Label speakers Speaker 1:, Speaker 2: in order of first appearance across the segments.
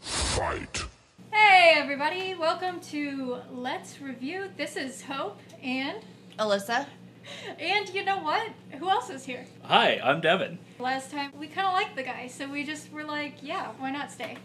Speaker 1: Fight.
Speaker 2: Hey, everybody, welcome to Let's Review. This is Hope, and,
Speaker 3: Alyssa.
Speaker 2: and you know what? Who else is here?
Speaker 4: Hi, I'm Devin.
Speaker 2: Last time, we kind of liked the guy, so we just were like, yeah, why not stay?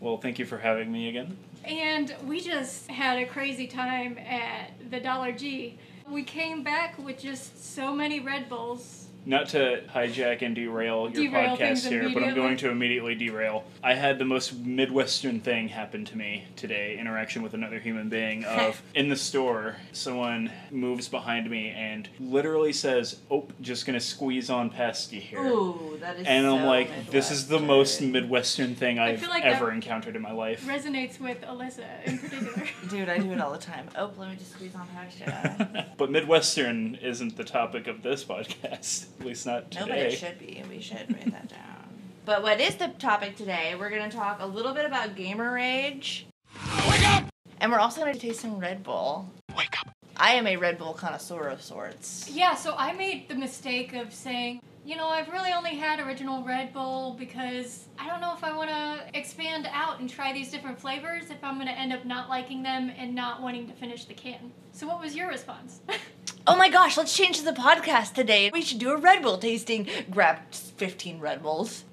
Speaker 4: Well, thank you for having me again.
Speaker 2: And we just had a crazy time at the Dollar G. We came back with just so many Red Bulls.
Speaker 4: Not to hijack and derail your
Speaker 2: Derail things
Speaker 4: podcast here, but I'm
Speaker 2: immediately.
Speaker 4: going to immediately derail. I had the most Midwestern thing happen to me today, interaction with another human being of in the store, someone moves behind me and literally says, "Oh, just going to squeeze on past you here."
Speaker 3: Ooh, that is.
Speaker 4: And I'm
Speaker 3: so
Speaker 4: like, this is the most
Speaker 3: Midwestern.
Speaker 4: Midwestern thing I've
Speaker 2: feel like
Speaker 4: ever
Speaker 2: that-
Speaker 4: encountered in my life.
Speaker 2: Resonates with Alyssa in particular.
Speaker 3: Dude, I do it all the time. Oh, let me just squeeze on past you.
Speaker 4: but Midwestern isn't the topic of this podcast, at least not
Speaker 3: No, but it
Speaker 4: today.
Speaker 3: should be. We should write that down. But what is the topic today? We're gonna talk a little bit about gamer rage. And we're also gonna taste some Red Bull. I am a Red Bull connoisseur of sorts.
Speaker 2: Yeah, so I made the mistake of saying, you know, I've really only had original Red Bull because I don't know if I want to expand out and try these different flavors if I'm going to end up not liking them and not wanting to finish the can. So, what was your response?
Speaker 3: Oh my gosh, let's change the podcast today. We should do a Red Bull tasting. Grab 15 Red Bulls.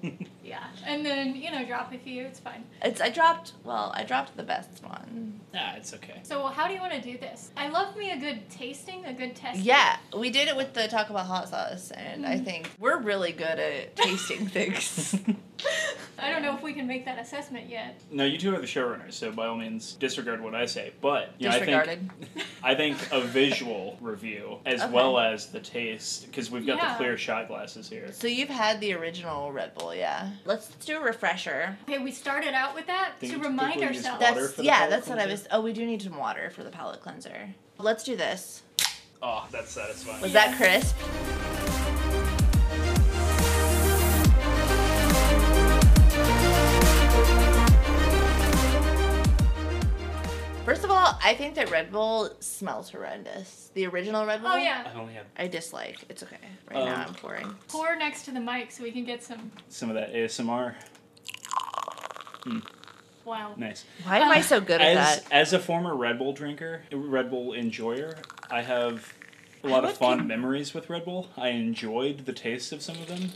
Speaker 2: yeah. And then, you know, drop a few, it's fine.
Speaker 3: It's I dropped, well, I dropped the best one.
Speaker 4: Nah, it's okay.
Speaker 2: So, how do you want to do this? I love me a good tasting, a good testing.
Speaker 3: Yeah, we did it with the talk about hot sauce, and I think we're really good at tasting things.
Speaker 2: I don't know if we can make that assessment yet.
Speaker 4: No, you two are the showrunners, so by all means disregard what I say. But you know,
Speaker 3: Disregarded.
Speaker 4: I think I think a visual review as
Speaker 3: Okay.
Speaker 4: well as the taste, because we've got
Speaker 2: Yeah.
Speaker 4: the clear shot glasses here.
Speaker 3: So you've had the original Red Bull, yeah. Let's do a refresher.
Speaker 2: Okay, we started out with that
Speaker 4: Think
Speaker 2: to
Speaker 4: we
Speaker 2: remind
Speaker 4: use
Speaker 2: ourselves.
Speaker 4: Water
Speaker 3: That's
Speaker 4: for the
Speaker 3: yeah,
Speaker 4: palate
Speaker 3: that's what I
Speaker 4: cleanser?
Speaker 3: was. Oh, we do need some water for the palate cleanser. Let's do this.
Speaker 4: Oh, that's satisfying.
Speaker 3: Was that crisp? First of all, I think that Red Bull smells horrendous. The original Red Bull.
Speaker 2: Oh, yeah.
Speaker 4: I only have
Speaker 3: I dislike. It's okay. Right now
Speaker 4: Um,
Speaker 3: I'm pouring.
Speaker 2: Pour next to the mic so we can get some.
Speaker 4: some of that ASMR.
Speaker 2: Wow.
Speaker 4: Nice.
Speaker 3: Why am I so good at
Speaker 4: As
Speaker 3: that?
Speaker 4: as a former Red Bull drinker, Red Bull enjoyer, I have a lot of
Speaker 3: would
Speaker 4: fond
Speaker 3: con-
Speaker 4: memories with Red Bull. I enjoyed the taste of some of them.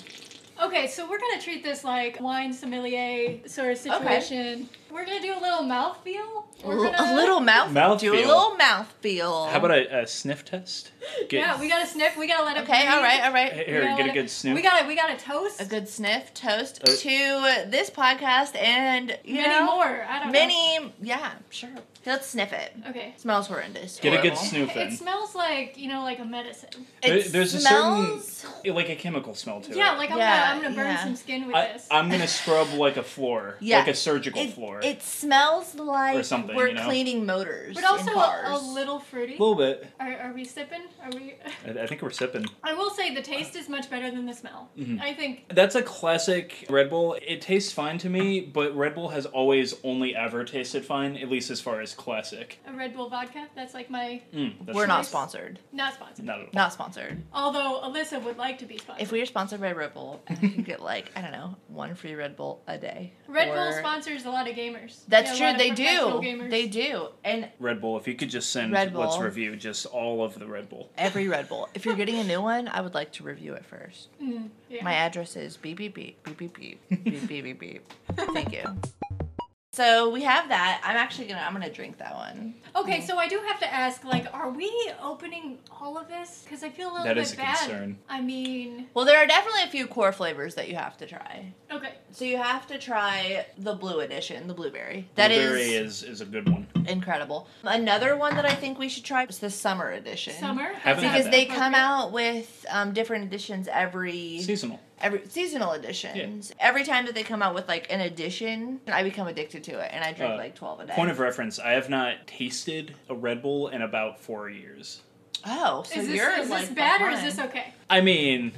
Speaker 2: Okay, so we're gonna treat this like wine sommelier sort of situation. We're gonna do a little mouthfeel. We're
Speaker 3: L-
Speaker 2: gonna-
Speaker 3: a little mouth.
Speaker 4: Mouth
Speaker 3: do a
Speaker 4: feel.
Speaker 3: little mouth feel.
Speaker 4: How about a, a sniff test? Get,
Speaker 2: Yeah, we gotta sniff. We gotta let it.
Speaker 3: Okay. All right. All right.
Speaker 4: here, get a good sniff.
Speaker 2: We gotta. We gotta toast.
Speaker 3: A good sniff, toast
Speaker 4: Uh,
Speaker 3: to this podcast, and you
Speaker 2: many
Speaker 3: know,
Speaker 2: more. I don't
Speaker 3: Many, yeah, sure. Let's sniff it.
Speaker 2: know. Okay.
Speaker 3: Smells horrendous.
Speaker 4: Get a good
Speaker 3: Horrible.
Speaker 4: sniff
Speaker 2: It
Speaker 4: in.
Speaker 2: smells like you know, like a medicine.
Speaker 4: There-
Speaker 3: It
Speaker 4: there's a certain-
Speaker 3: smells.
Speaker 4: Like a chemical smell to it.
Speaker 2: Yeah, like I'm
Speaker 3: Yeah,
Speaker 2: gonna, I'm gonna burn
Speaker 3: yeah.
Speaker 2: some skin with
Speaker 4: I,
Speaker 2: this.
Speaker 4: I'm gonna scrub like a floor,
Speaker 3: Yeah.
Speaker 4: like a surgical
Speaker 3: It,
Speaker 4: floor.
Speaker 3: it smells like
Speaker 4: Or something,
Speaker 3: we're
Speaker 4: you know?
Speaker 3: cleaning motors.
Speaker 2: but also
Speaker 3: in
Speaker 2: a, a
Speaker 3: cars.
Speaker 2: little fruity.
Speaker 4: a little bit.
Speaker 2: Are, are we sipping? Are we?
Speaker 4: I, I think we're sipping.
Speaker 2: I will say the taste is much better than the smell.
Speaker 4: Mm-hmm.
Speaker 2: I think.
Speaker 4: That's a classic Red Bull. It tastes fine to me, but Red Bull has always only ever tasted fine, at least as far as classic.
Speaker 2: A Red Bull vodka. That's like my
Speaker 4: Mm, that's
Speaker 3: We're not
Speaker 4: nice.
Speaker 3: sponsored.
Speaker 2: not sponsored.
Speaker 4: Not at all.
Speaker 3: Not sponsored.
Speaker 2: Although Alyssa would like to be sponsored.
Speaker 3: If we were sponsored by Red Bull, I could get like I don't know one free Red Bull a day.
Speaker 2: Red
Speaker 3: Or-
Speaker 2: Bull sponsors a lot of gamers.
Speaker 3: That's
Speaker 2: Yeah, a lot
Speaker 3: true.
Speaker 2: of
Speaker 3: They
Speaker 2: professional
Speaker 3: do.
Speaker 2: gamers.
Speaker 3: They do. And
Speaker 4: Red Bull. If you could just send
Speaker 3: Red Bull.
Speaker 4: let's review just all of the Red Bull.
Speaker 3: every Red Bull. If you're getting a new one, I would like to review it first.
Speaker 2: Mm, yeah.
Speaker 3: My address is beep beep beep beep beep beep beep beep beep beep. Thank you. So we have that. I'm actually gonna I'm gonna drink that one.
Speaker 2: okay, so I do have to ask, like, are we opening all of this? Because I feel a little
Speaker 4: That
Speaker 2: bit
Speaker 4: is a
Speaker 2: bad.
Speaker 4: concern.
Speaker 2: I mean,
Speaker 3: Well, there are definitely a few core flavors that you have to try.
Speaker 2: okay,
Speaker 3: So you have to try the blue edition, the blueberry. That is
Speaker 4: Blueberry is is a good one.
Speaker 3: incredible. Another one that I think we should try is the summer edition.
Speaker 2: summer.
Speaker 4: Haven't
Speaker 2: that's
Speaker 4: had
Speaker 3: Because
Speaker 4: that.
Speaker 3: they
Speaker 2: appropriate.
Speaker 3: come out with um, different editions every
Speaker 4: Seasonal.
Speaker 3: every seasonal editions. Every time that they come out with like an edition, I become addicted to it, and I drink
Speaker 4: Uh,
Speaker 3: like twelve a day.
Speaker 4: Point of reference: I have not tasted a Red Bull in about four years.
Speaker 3: Oh, so
Speaker 2: is this,
Speaker 3: you're
Speaker 2: is
Speaker 3: like
Speaker 2: this bad or is
Speaker 3: behind.
Speaker 2: this okay?
Speaker 4: I mean,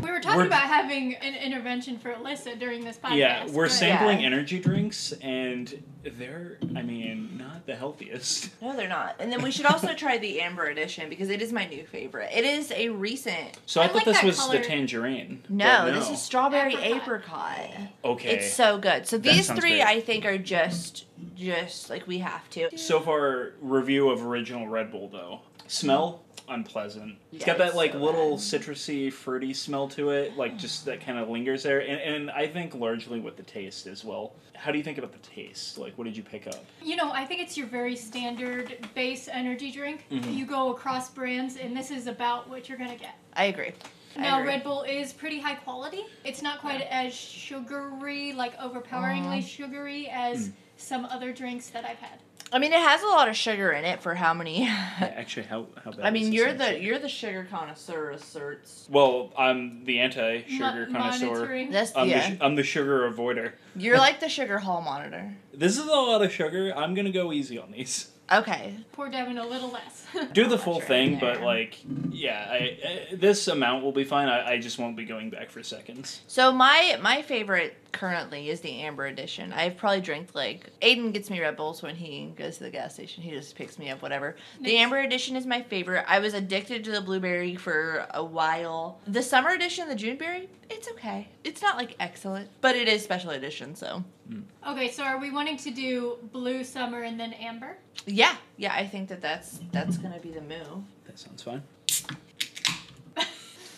Speaker 2: We were talking
Speaker 4: We're-
Speaker 2: about having an intervention for Alyssa during this podcast.
Speaker 4: yeah, we're
Speaker 2: but-
Speaker 4: sampling energy drinks, and they're, I mean, not the healthiest.
Speaker 3: No, they're not. And then we should also try the Amber Edition because it is my new favorite. It is a recent.
Speaker 4: So I,
Speaker 2: I
Speaker 4: thought
Speaker 2: like
Speaker 4: this
Speaker 2: that
Speaker 4: was
Speaker 2: color.
Speaker 4: the tangerine. but
Speaker 3: No, this is strawberry apricot.
Speaker 2: Apricot.
Speaker 4: okay.
Speaker 3: It's so good. So these
Speaker 4: sounds
Speaker 3: three,
Speaker 4: great.
Speaker 3: I think, are just, just like we have to.
Speaker 4: So far, review of original Red Bull though. Smell unpleasant. it's got
Speaker 3: Yeah,
Speaker 4: that
Speaker 3: it's
Speaker 4: like
Speaker 3: so
Speaker 4: little
Speaker 3: bad.
Speaker 4: citrusy, fruity smell to it, like just that kind of lingers there, and, and I think largely with the taste as well. How do you think about the taste? Like, what did you pick up?
Speaker 2: You know, I think it's your very standard base energy drink.
Speaker 4: Mhm.
Speaker 2: You go across brands, and this is about what you're gonna get.
Speaker 3: I agree. I
Speaker 2: Now,
Speaker 3: agree.
Speaker 2: Red Bull is pretty high quality. It's not quite as sugary, like overpoweringly
Speaker 4: Uh-huh.
Speaker 2: sugary, as
Speaker 4: Hmm.
Speaker 2: some other drinks that I've had.
Speaker 3: I mean, it has a lot of sugar in it for how many.
Speaker 4: Actually, how how bad?
Speaker 3: I mean,
Speaker 4: is this
Speaker 3: you're
Speaker 4: actually?
Speaker 3: the you're the sugar connoisseur, asserts.
Speaker 4: Well, I'm the anti-sugar
Speaker 2: Mo-
Speaker 4: connoisseur.
Speaker 2: monitoring.
Speaker 3: That's
Speaker 4: I'm,
Speaker 3: yeah.
Speaker 4: the sh- I'm the sugar avoider.
Speaker 3: you're like the sugar hall monitor.
Speaker 4: This is a lot of sugar. I'm gonna go easy on these.
Speaker 3: Okay,
Speaker 2: Pour Devin a little less.
Speaker 4: do the
Speaker 3: much
Speaker 4: full
Speaker 3: are in
Speaker 4: thing, but
Speaker 3: there.
Speaker 4: like, yeah, I, I, this amount will be fine. I, I just won't be going back for seconds.
Speaker 3: So my my favorite currently is the Amber Edition. I've probably drank like Aiden gets me Red Bulls when he goes to the gas station. He just picks me up whatever. The
Speaker 2: Nice.
Speaker 3: Amber Edition is my favorite. I was addicted to the blueberry for a while. The Summer Edition, the Juneberry, it's okay. It's not like excellent, but it is special edition. So
Speaker 2: okay, so are we wanting to do blue summer and then amber?
Speaker 3: yeah, yeah, I think that that's that's gonna be the move.
Speaker 4: That sounds fine.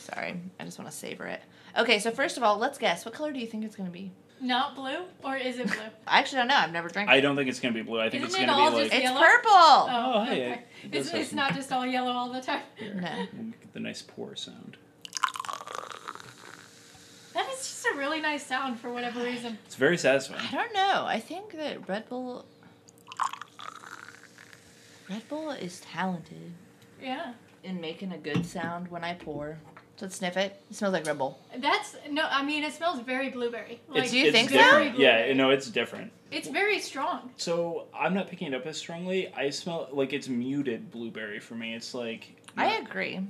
Speaker 3: Sorry, I just want to savor it. Okay, so first of all, let's guess. What color do you think it's gonna be?
Speaker 2: Not blue, or is it blue?
Speaker 3: I actually don't know. I've never drank.
Speaker 4: I
Speaker 3: it.
Speaker 4: don't think it's gonna be blue. I think
Speaker 2: Isn't
Speaker 4: it's
Speaker 2: it
Speaker 4: gonna
Speaker 2: all
Speaker 4: be like
Speaker 2: just-
Speaker 3: It's
Speaker 2: Yellow?
Speaker 3: purple.
Speaker 4: Oh, hey,
Speaker 2: okay.
Speaker 4: it does
Speaker 2: It's,
Speaker 4: have
Speaker 2: it's
Speaker 4: some-
Speaker 2: not just all yellow all the time.
Speaker 3: No.
Speaker 4: the nice pour sound.
Speaker 2: That is just a really nice sound for whatever reason.
Speaker 4: It's very satisfying.
Speaker 3: I don't know. I think that Red Bull. Red Bull is talented
Speaker 2: Yeah.
Speaker 3: in making a good sound when I pour. So let's sniff it. It smells like Red Bull.
Speaker 2: That's no, I mean it smells very blueberry. Like
Speaker 4: it's,
Speaker 3: Do you
Speaker 4: it's
Speaker 3: think so?
Speaker 4: different.
Speaker 2: Very
Speaker 4: Yeah,
Speaker 2: blueberry.
Speaker 4: no, it's different.
Speaker 2: It's very strong.
Speaker 4: So I'm not picking it up as strongly. I smell like it's muted blueberry for me. It's like
Speaker 3: I agree.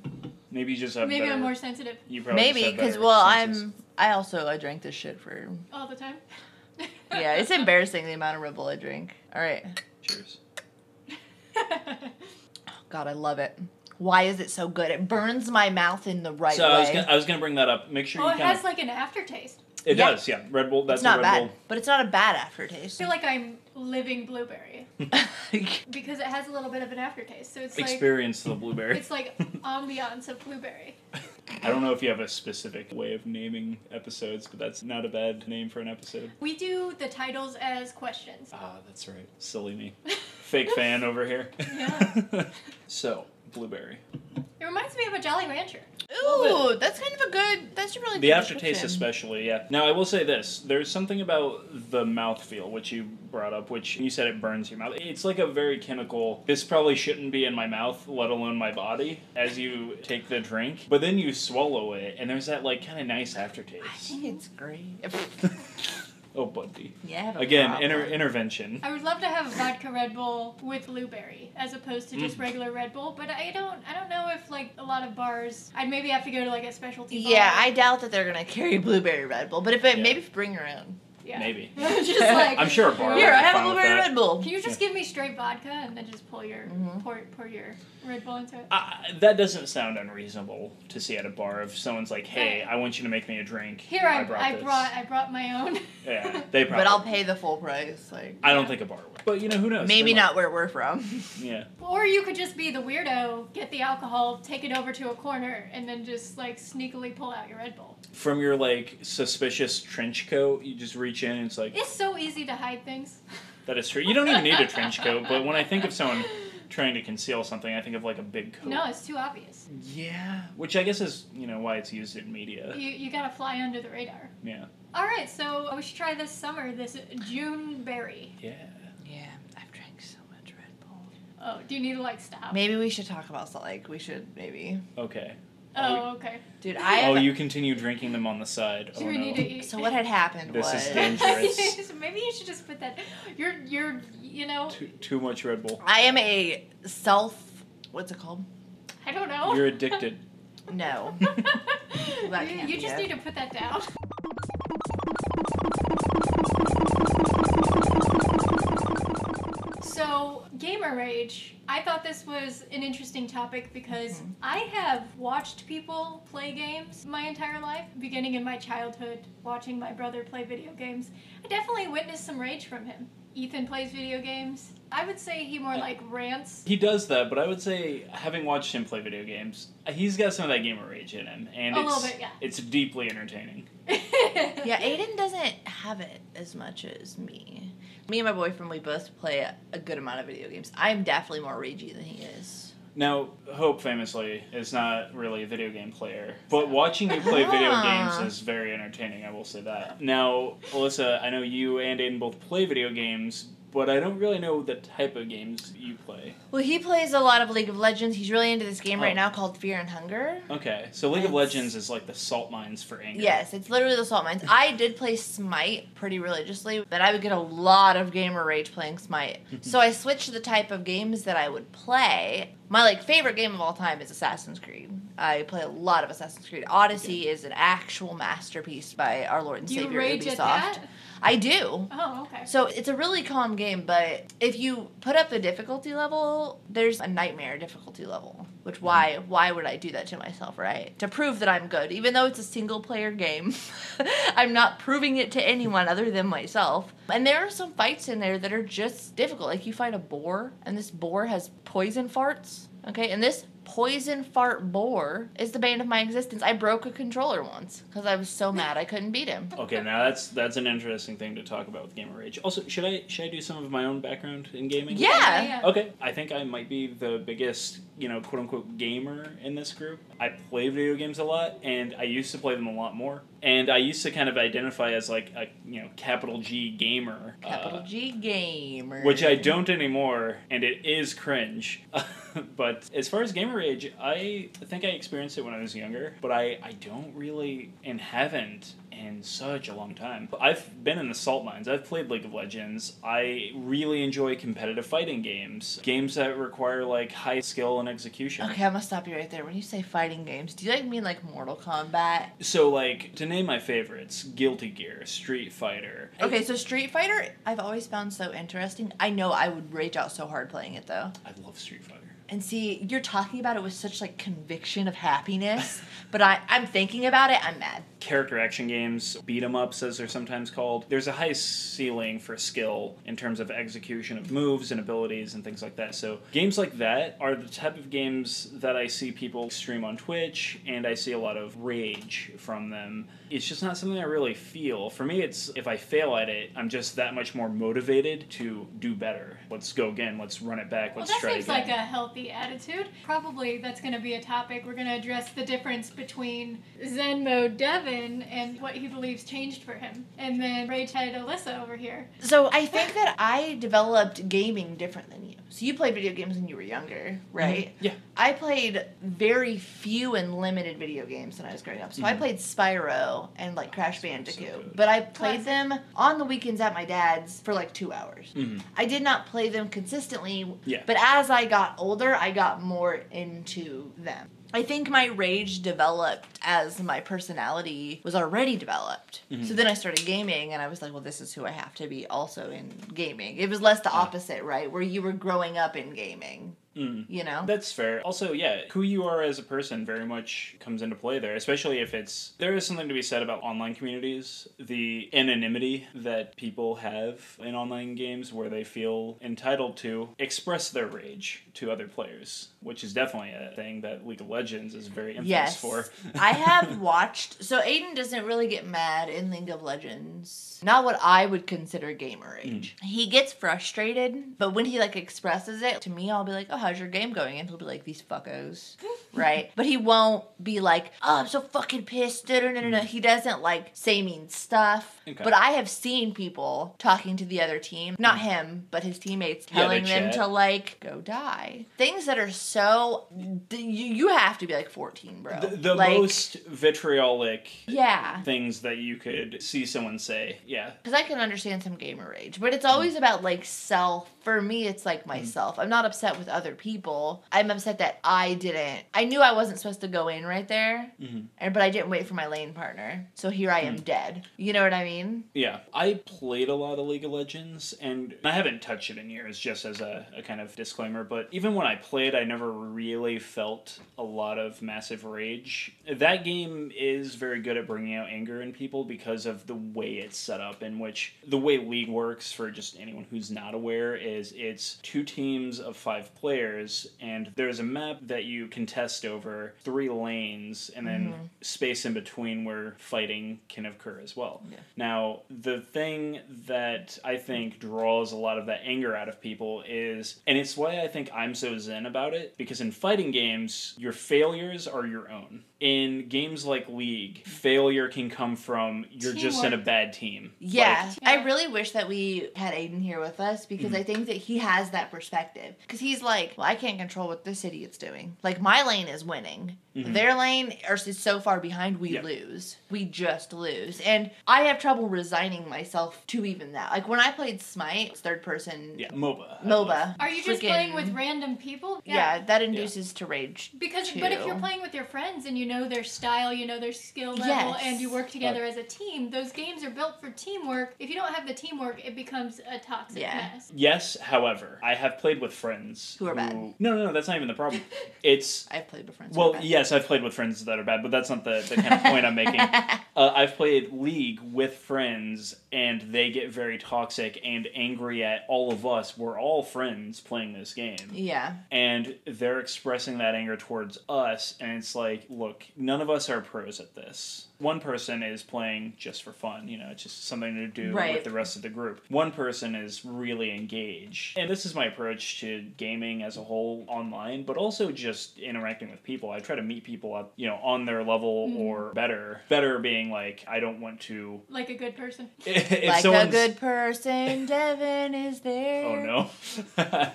Speaker 4: maybe you just have
Speaker 2: Maybe
Speaker 4: better,
Speaker 2: I'm more sensitive
Speaker 4: You probably just
Speaker 3: Maybe
Speaker 4: have
Speaker 3: because
Speaker 4: better
Speaker 3: well,
Speaker 4: senses.
Speaker 3: I'm. I also I drank this shit for.
Speaker 2: all the time.
Speaker 3: Yeah, it's embarrassing the amount of Red Bull I drink. All right.
Speaker 4: Cheers.
Speaker 3: God, I love it. Why is it so good? It burns my mouth in the right
Speaker 4: so
Speaker 3: way.
Speaker 4: I was gonna, I was gonna bring that up. Make sure
Speaker 2: oh,
Speaker 4: you
Speaker 2: it
Speaker 4: kind
Speaker 2: has
Speaker 4: of.
Speaker 2: like an aftertaste.
Speaker 4: It
Speaker 3: Yeah.
Speaker 4: does, yeah. Red Bull. That's
Speaker 3: it's not
Speaker 4: a Red
Speaker 3: bad,
Speaker 4: Bull.
Speaker 3: but it's not a bad
Speaker 2: I
Speaker 3: aftertaste.
Speaker 2: feel like I'm living blueberry
Speaker 3: Like,
Speaker 2: because it has a little bit of an aftertaste. So it's like
Speaker 4: Experience the blueberry.
Speaker 2: it's like ambiance of blueberry.
Speaker 4: I don't know if you have a specific way of naming episodes, but that's not a bad name for an episode.
Speaker 2: We do the titles as questions.
Speaker 4: Ah, that's right. Silly me. Fake fan over here.
Speaker 2: Yeah.
Speaker 4: so, blueberry.
Speaker 2: It reminds me of a Jolly Rancher.
Speaker 3: Ooh, that's kind of a good. That's a really good
Speaker 4: The aftertaste,
Speaker 3: description.
Speaker 4: especially, yeah. Now, I will say this there's something about the mouthfeel, which you brought up, which you said it burns your mouth. It's like a very chemical, this probably shouldn't be in my mouth, let alone my body, as you take the drink. But then you swallow it, and there's that, like, kind of nice
Speaker 3: I
Speaker 4: aftertaste.
Speaker 3: think it's great.
Speaker 4: Oh, Bundy.
Speaker 3: yeah. I have a
Speaker 4: Again,
Speaker 3: problem.
Speaker 4: inter- intervention.
Speaker 2: I would love to have a vodka Red Bull with blueberry as opposed to
Speaker 3: Mm.
Speaker 2: just regular Red Bull, but I don't I don't know if like a lot of bars I'd maybe have to go to like a specialty bar.
Speaker 3: yeah, I doubt that they're gonna carry blueberry Red Bull, but if it,
Speaker 4: Yeah.
Speaker 3: maybe if you bring your own.
Speaker 2: yeah.
Speaker 4: Maybe.
Speaker 2: just like
Speaker 4: I'm sure a bar.
Speaker 3: Here,
Speaker 4: would
Speaker 3: I
Speaker 4: be
Speaker 3: have a
Speaker 4: fine with
Speaker 3: blueberry
Speaker 4: that.
Speaker 3: Red Bull.
Speaker 2: Can you just give me straight vodka and then just pull your
Speaker 3: Mm-hmm.
Speaker 2: pour pour your Red Bull into it?
Speaker 4: Uh, that doesn't sound unreasonable to see at a bar if someone's like, "Hey, I want you to make me a drink."
Speaker 2: Here I, I, brought,
Speaker 4: brought
Speaker 2: I
Speaker 4: this."
Speaker 2: brought my own.
Speaker 4: Yeah, they probably.
Speaker 3: But I'll pay the full price. Like
Speaker 4: I don't think a bar would. But you know who knows?
Speaker 3: maybe
Speaker 4: They might.
Speaker 3: not where we're from.
Speaker 4: Yeah.
Speaker 2: or you could just be the weirdo, get the alcohol, take it over to a corner, and then just like sneakily pull out your Red Bull.
Speaker 4: From your like suspicious trench coat, you just reach in and it's like
Speaker 2: It's so easy to hide things.
Speaker 4: that is true. You don't even need a trench coat, but when I think of someone trying to conceal something, I think of like a big coat.
Speaker 2: No, it's too obvious.
Speaker 4: Yeah, which I guess is you know why it's used in media.
Speaker 2: You you gotta fly under the radar.
Speaker 4: Yeah.
Speaker 2: All right, so we should try this summer. This June berry.
Speaker 4: Yeah.
Speaker 3: yeah, I've drank so much Red Bull.
Speaker 2: Oh, do you need to like stop?
Speaker 3: Maybe we should talk about Salt Lake. We should maybe.
Speaker 4: Okay.
Speaker 2: Oh, okay.
Speaker 3: Dude, I.
Speaker 4: Oh,
Speaker 3: Have,
Speaker 4: you continue drinking them on the side.
Speaker 2: Do
Speaker 4: oh,
Speaker 2: we
Speaker 4: no.
Speaker 2: need to eat?
Speaker 3: So what had happened
Speaker 4: This
Speaker 3: was.
Speaker 4: is dangerous.
Speaker 2: So Maybe you should just put that. You're you're you know.
Speaker 4: Too, too much Red Bull.
Speaker 3: I am a self. What's it called?
Speaker 2: I don't know.
Speaker 4: You're addicted.
Speaker 3: No. That
Speaker 2: You-
Speaker 3: can't
Speaker 2: you
Speaker 3: be
Speaker 2: just
Speaker 3: it.
Speaker 2: need to put that down. So, gamer rage. I thought this was an interesting topic because
Speaker 3: Mm-hmm.
Speaker 2: I have watched people play games my entire life, beginning in my childhood, watching my brother play video games. I definitely witnessed some rage from him. Ethan plays video games. I would say he more like rants.
Speaker 4: He does that, but I would say, having watched him play video games, he's got some of that gamer rage in him, and
Speaker 2: A
Speaker 4: it's
Speaker 2: little bit, yeah.
Speaker 4: it's deeply entertaining.
Speaker 3: Yeah, Aiden doesn't have it as much as me. Me and my boyfriend, we both play a good amount of video games. I'm definitely more ragey than he is.
Speaker 4: Now, Hope famously is not really a video game player, but watching you play video
Speaker 3: Ah.
Speaker 4: games is very entertaining, I will say that. Now, Alyssa, I know you and Aiden both play video games, but I don't really know the type of games you play.
Speaker 3: Well, he plays a lot of League of Legends. He's really into this game
Speaker 4: Oh.
Speaker 3: right now called Fear and Hunger.
Speaker 4: Okay, so League of
Speaker 3: It's-
Speaker 4: Legends is like the salt mines for anger.
Speaker 3: Yes, it's literally the salt mines. I did play Smite pretty religiously, but I would get a lot of gamer rage playing Smite. so I switched the type of games that I would play. My like favorite game of all time is Assassin's Creed. I play a lot of Assassin's Creed. Odyssey is an actual masterpiece by our Lord and
Speaker 2: You
Speaker 3: Savior
Speaker 2: rage
Speaker 3: Ubisoft.
Speaker 2: at that?
Speaker 3: I do.
Speaker 2: Oh, okay.
Speaker 3: So it's a really calm game, but if you put up a difficulty level, there's a nightmare difficulty level. Which why why would I do that to myself, right? To prove that I'm good, even though it's a single player game, I'm not proving it to anyone other than myself. And there are some fights in there that are just difficult. Like you fight a boar, and this boar has poison farts. Okay, and this poison fart boar is the bane of my existence. I broke a controller once because I was so mad I couldn't beat him.
Speaker 4: Okay, now that's that's an interesting thing to talk about with gamer rage. Also, should I should I do some of my own background in gaming?
Speaker 3: Yeah.
Speaker 4: Okay, I think I might be the biggest, you know, quote unquote gamer in this group. I play video games a lot, and I used to play them a lot more. And I used to kind of identify as like a, you know, capital G gamer. uh,
Speaker 3: Capital G gamer.
Speaker 4: which I don't anymore, and it is cringe. but as far as gamer rage, I think I experienced it when I was younger, but I, I don't really and haven't in such a long time. I've been in the salt mines, I've played League of Legends, I really enjoy competitive fighting games, games that require like high skill and execution.
Speaker 3: Okay, I'm gonna stop you right there. When you say fighting games, do you like mean like Mortal Kombat?
Speaker 4: So like to name my favorites, Guilty Gear, Street Fighter.
Speaker 3: Okay, so Street Fighter, I've always found so interesting. I know I would rage out so hard playing it though.
Speaker 4: I love Street Fighter.
Speaker 3: And see, you're talking about it with such like conviction of happiness, but I I'm thinking about it, I'm mad.
Speaker 4: character action games, beat 'em ups as they're sometimes called, there's a high ceiling for skill in terms of execution of moves and abilities and things like that. So games like that are the type of games that I see people stream on Twitch and I see a lot of rage from them. It's just not something I really feel. For me it's if I fail at it, I'm just that much more motivated to do better. Let's go again, let's run it back,
Speaker 2: Well,
Speaker 4: let's
Speaker 2: that
Speaker 4: try
Speaker 2: seems like
Speaker 4: again.
Speaker 2: a healthy attitude. Probably that's going to be a topic. We're going to address the difference between Zen mode Devin and what he believes changed for him, and then Rage Head Alyssa over here.
Speaker 3: So I think that I developed gaming different than you. So you played video games when you were younger, right?
Speaker 4: Mm-hmm. yeah.
Speaker 3: I played very few and limited video games when I was growing up. So I played Spyro and like Crash Bandicoot,
Speaker 4: Mm-hmm. good.
Speaker 3: but I played
Speaker 2: Classic.
Speaker 3: them on the weekends at my dad's for like two hours.
Speaker 4: Mhm.
Speaker 3: I did not play them consistently,
Speaker 4: Yeah.
Speaker 3: but as I got older, I got more into them. I think my rage developed as my personality was already developed. So then I started gaming and I was like, well, this is who I have to be also in gaming. It was less the opposite, right? Where you were growing up in gaming,
Speaker 4: Mm.
Speaker 3: you know?
Speaker 4: That's fair. Also, yeah, who you are as a person very much comes into play there, especially if it's there is something to be said about online communities, the anonymity that people have in online games where they feel entitled to express their rage to other players, which is definitely a thing that League of Legends is very infamous
Speaker 3: Yes.
Speaker 4: for.
Speaker 3: I have watched. So Aiden doesn't really get mad in League of Legends. Not what I would consider gamer
Speaker 4: Hmm.
Speaker 3: rage. He gets frustrated, but when he like expresses it to me, I'll be like, "Oh, how's your game going?" And he'll be like, "These fuckos." Right, but he won't be like, "Oh, I'm so fucking pissed." No, no, no, no. He doesn't like say mean stuff.
Speaker 4: Hmm. Okay. Hmm.
Speaker 3: But I have seen people talking to the other team, not him, but his teammates,
Speaker 4: Yeah, they
Speaker 3: telling them
Speaker 4: chat.
Speaker 3: to like go die. Things that are so d- you you have to be like 14, bro.
Speaker 4: The, the
Speaker 3: like,
Speaker 4: most vitriolic
Speaker 3: yeah.
Speaker 4: things that you could see someone say. Yeah.
Speaker 3: Because I can understand some gamer rage, but it's always about like self. For me, it's
Speaker 4: Mm.
Speaker 3: like myself. I'm not upset with other people. I'm upset that I didn't. I knew I wasn't supposed to go in right there,
Speaker 4: Mm-hmm.
Speaker 3: and but I didn't wait for my lane partner. So here I
Speaker 4: Mm.
Speaker 3: am dead. You know what I mean?
Speaker 4: Yeah. I played a lot of League of Legends and I haven't touched it in years, just as a, a kind of disclaimer. But even when I played, I never really felt a lot of massive rage. That game is very good at bringing out anger in people because of the way it's set up, in which the way League works, for just anyone who's not aware, is it's two teams of five players and there's a map that you contest over three lanes and then
Speaker 3: Mm-hmm.
Speaker 4: space in between where fighting can occur as well.
Speaker 3: Yeah.
Speaker 4: Now, the thing that I think draws a lot of that anger out of people is, and it's why I think I'm so zen about it, because in fighting games, your failures are your own. In games like League, failure can come from you're just in a
Speaker 2: Teamwork.
Speaker 4: bad team.
Speaker 3: Yeah,
Speaker 4: Like,
Speaker 3: I really wish that we had Aiden here with us because I
Speaker 4: Mm-hmm.
Speaker 3: think that he has that perspective. Because he's like, well, I can't control what this idiot's doing. Like, my lane is winning. Their lane are- is so far behind, we
Speaker 4: Mm-hmm. Yeah.
Speaker 3: lose. We just lose. And I have trouble resigning myself to even that. Like, when I played Smite, third person
Speaker 4: yeah, MOBA. I
Speaker 3: MOBA.
Speaker 2: Are you just
Speaker 3: freaking-
Speaker 2: playing with random people?
Speaker 3: Yeah, that induces to rage.
Speaker 2: Because, but if you're
Speaker 3: too.
Speaker 2: playing with your friends and you know their style, you know their skill level,
Speaker 3: Yes.
Speaker 2: and you work together as a team, those games are built for teamwork. If you don't have the teamwork, it becomes a toxic
Speaker 3: Yeah.
Speaker 2: mess.
Speaker 4: Yes, however, I have played with friends
Speaker 3: Who are bad.
Speaker 4: No, no, no, that's not even the problem. It's
Speaker 3: I've played with friends. who are
Speaker 4: Well,
Speaker 3: bad.
Speaker 4: yes, I've played with friends that are bad, but that's not the, the kind of point I'm making. Uh, I've played League with friends, and they get very toxic and angry at all of us. We're all friends playing this game.
Speaker 3: Yeah.
Speaker 4: And they're expressing that anger towards us, and it's like, look, none of us are pros at this. One person is playing just for fun, you know, it's just something to do
Speaker 3: Right.
Speaker 4: with the rest of the group. One person is really engaged. And this is my approach to gaming as a whole online, but also just interacting with people. I try to meet people up, you know, on their level
Speaker 3: Mm-hmm.
Speaker 4: or better. Better being like, I don't want to.
Speaker 2: Like a good person.
Speaker 4: If
Speaker 3: like a
Speaker 4: someone's-
Speaker 3: good person, Devin is there.
Speaker 4: Oh no! uh,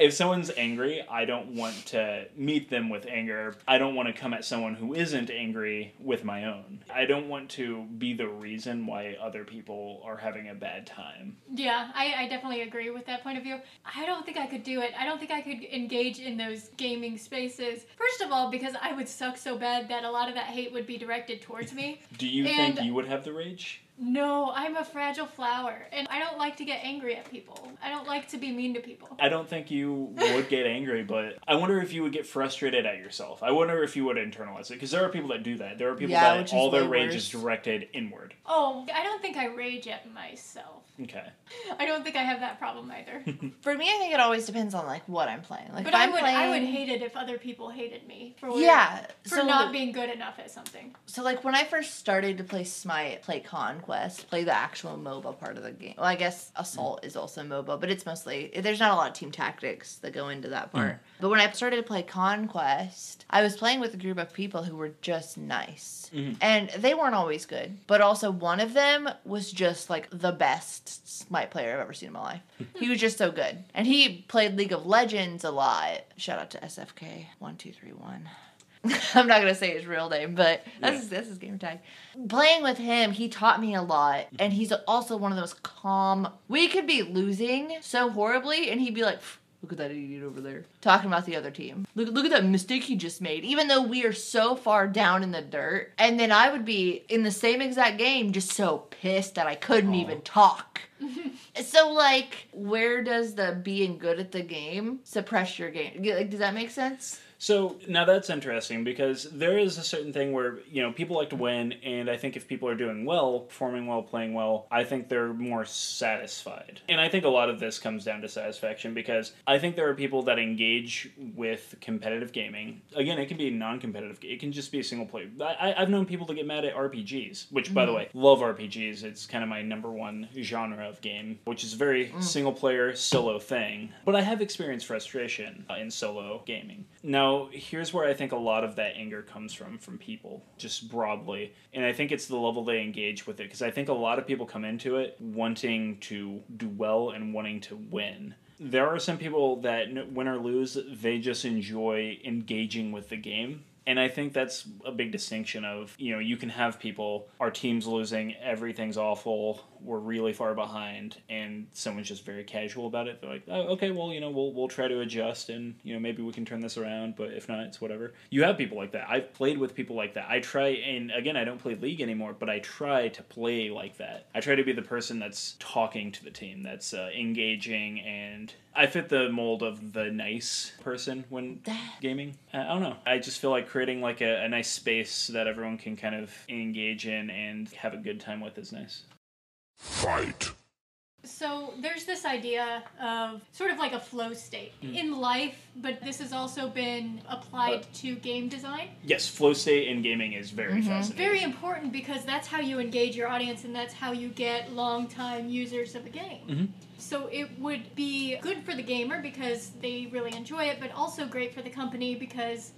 Speaker 4: if someone's angry, I don't want to meet them with anger. I don't want to come at someone who isn't angry with my own. I don't want to be the reason why other people are having a bad time.
Speaker 2: Yeah, I, I definitely agree with that point of view. I don't think I could do it. I don't think I could engage in those gaming spaces. First of all, because I would suck so bad that a lot of that hate would be directed towards me.
Speaker 4: Do you think
Speaker 2: And-
Speaker 4: you would have the rage?
Speaker 2: No, I'm a fragile flower, and I don't like to get angry at people. I don't like to be mean to people.
Speaker 4: I don't think you would get angry, but I wonder if you would get frustrated at yourself. I wonder if you would internalize it because there are people that do that. There are people
Speaker 3: Yeah, which
Speaker 4: that
Speaker 3: is
Speaker 4: all their
Speaker 3: way
Speaker 4: rage
Speaker 3: worse.
Speaker 4: is directed inward.
Speaker 2: Oh, I don't think I rage at myself.
Speaker 4: Okay.
Speaker 2: I don't think I have that problem either.
Speaker 3: For me, I think it always depends on like what I'm playing. Like,
Speaker 2: But
Speaker 3: if
Speaker 2: I
Speaker 3: I'm
Speaker 2: would
Speaker 3: playing,
Speaker 2: I would hate it if other people hated me for
Speaker 3: Yeah,
Speaker 2: for
Speaker 3: so-
Speaker 2: not being good enough at something.
Speaker 3: So like when I first started to play Smite, play Conquest, play the actual MOBA part of the game. Well, I guess Assault is also MOBA, but it's mostly there's not a lot of team tactics that go into that part. But when I started to play Conquest, I was playing with a group of people who were just nice. And they weren't always good, but also one of them was just like the best Smite player I've ever seen in my life. he was just so good. And he played League of Legends a lot. Shout out to SFK1231. I'm not gonna say his real name, but that's his, that's his gamer tag. Playing with him, he taught me a lot, and he's also one of those calm. We could be losing so horribly, and he'd be like, "Pff, "Look at that idiot over there talking about the other team. Look, look at that mistake he just made." Even though we are so far down in the dirt, and then I would be in the same exact game, just so pissed that I couldn't even talk. So like, where does the being good at the game suppress your game? Like, does that make sense?
Speaker 4: So now that's interesting because there is a certain thing where you know people like to win, and I think if people are doing well, performing well, playing well, I think they're more satisfied. And I think a lot of this comes down to satisfaction because I think there are people that engage with competitive gaming. Again, it can be non-competitive. It can just be a single player. I, I- I've known people to get mad at RPGs, which by the way, love RPGs. It's kind of my number one genre of game, which is a very single player solo thing. But I have experienced frustration uh, in solo gaming. Now, here's where I think a lot of that anger comes from from people, just broadly. And I think it's the level they engage with it, because I think a lot of people come into it wanting to do well and wanting to win. There are some people that n- win or lose, they just enjoy engaging with the game. And I think that's a big distinction of, you know, you can have people, our team's losing, everything's awful, we're really far behind, and someone's just very casual about it. They're like, oh, okay, well, you know, we'll, we'll try to adjust and, you know, maybe we can turn this around, but if not, it's whatever. You have people like that. I've played with people like that. I try, and again, I don't play League anymore, but I try to play like that. I try to be the person that's talking to the team, that's uh, engaging, and I fit the mold of the nice person when gaming. I I don't know. I just feel like creating like a, a nice space that everyone can kind of engage in and have a good time with is nice.
Speaker 1: Fight.
Speaker 2: So there's this idea of sort of like a flow state in life, but this has also been applied to game design.
Speaker 4: Yes, flow state in gaming is very fascinating.
Speaker 2: Very important because that's how you engage your audience and that's how you get long time users of a game. So it would be good for the gamer because they really enjoy it, but also great for the company because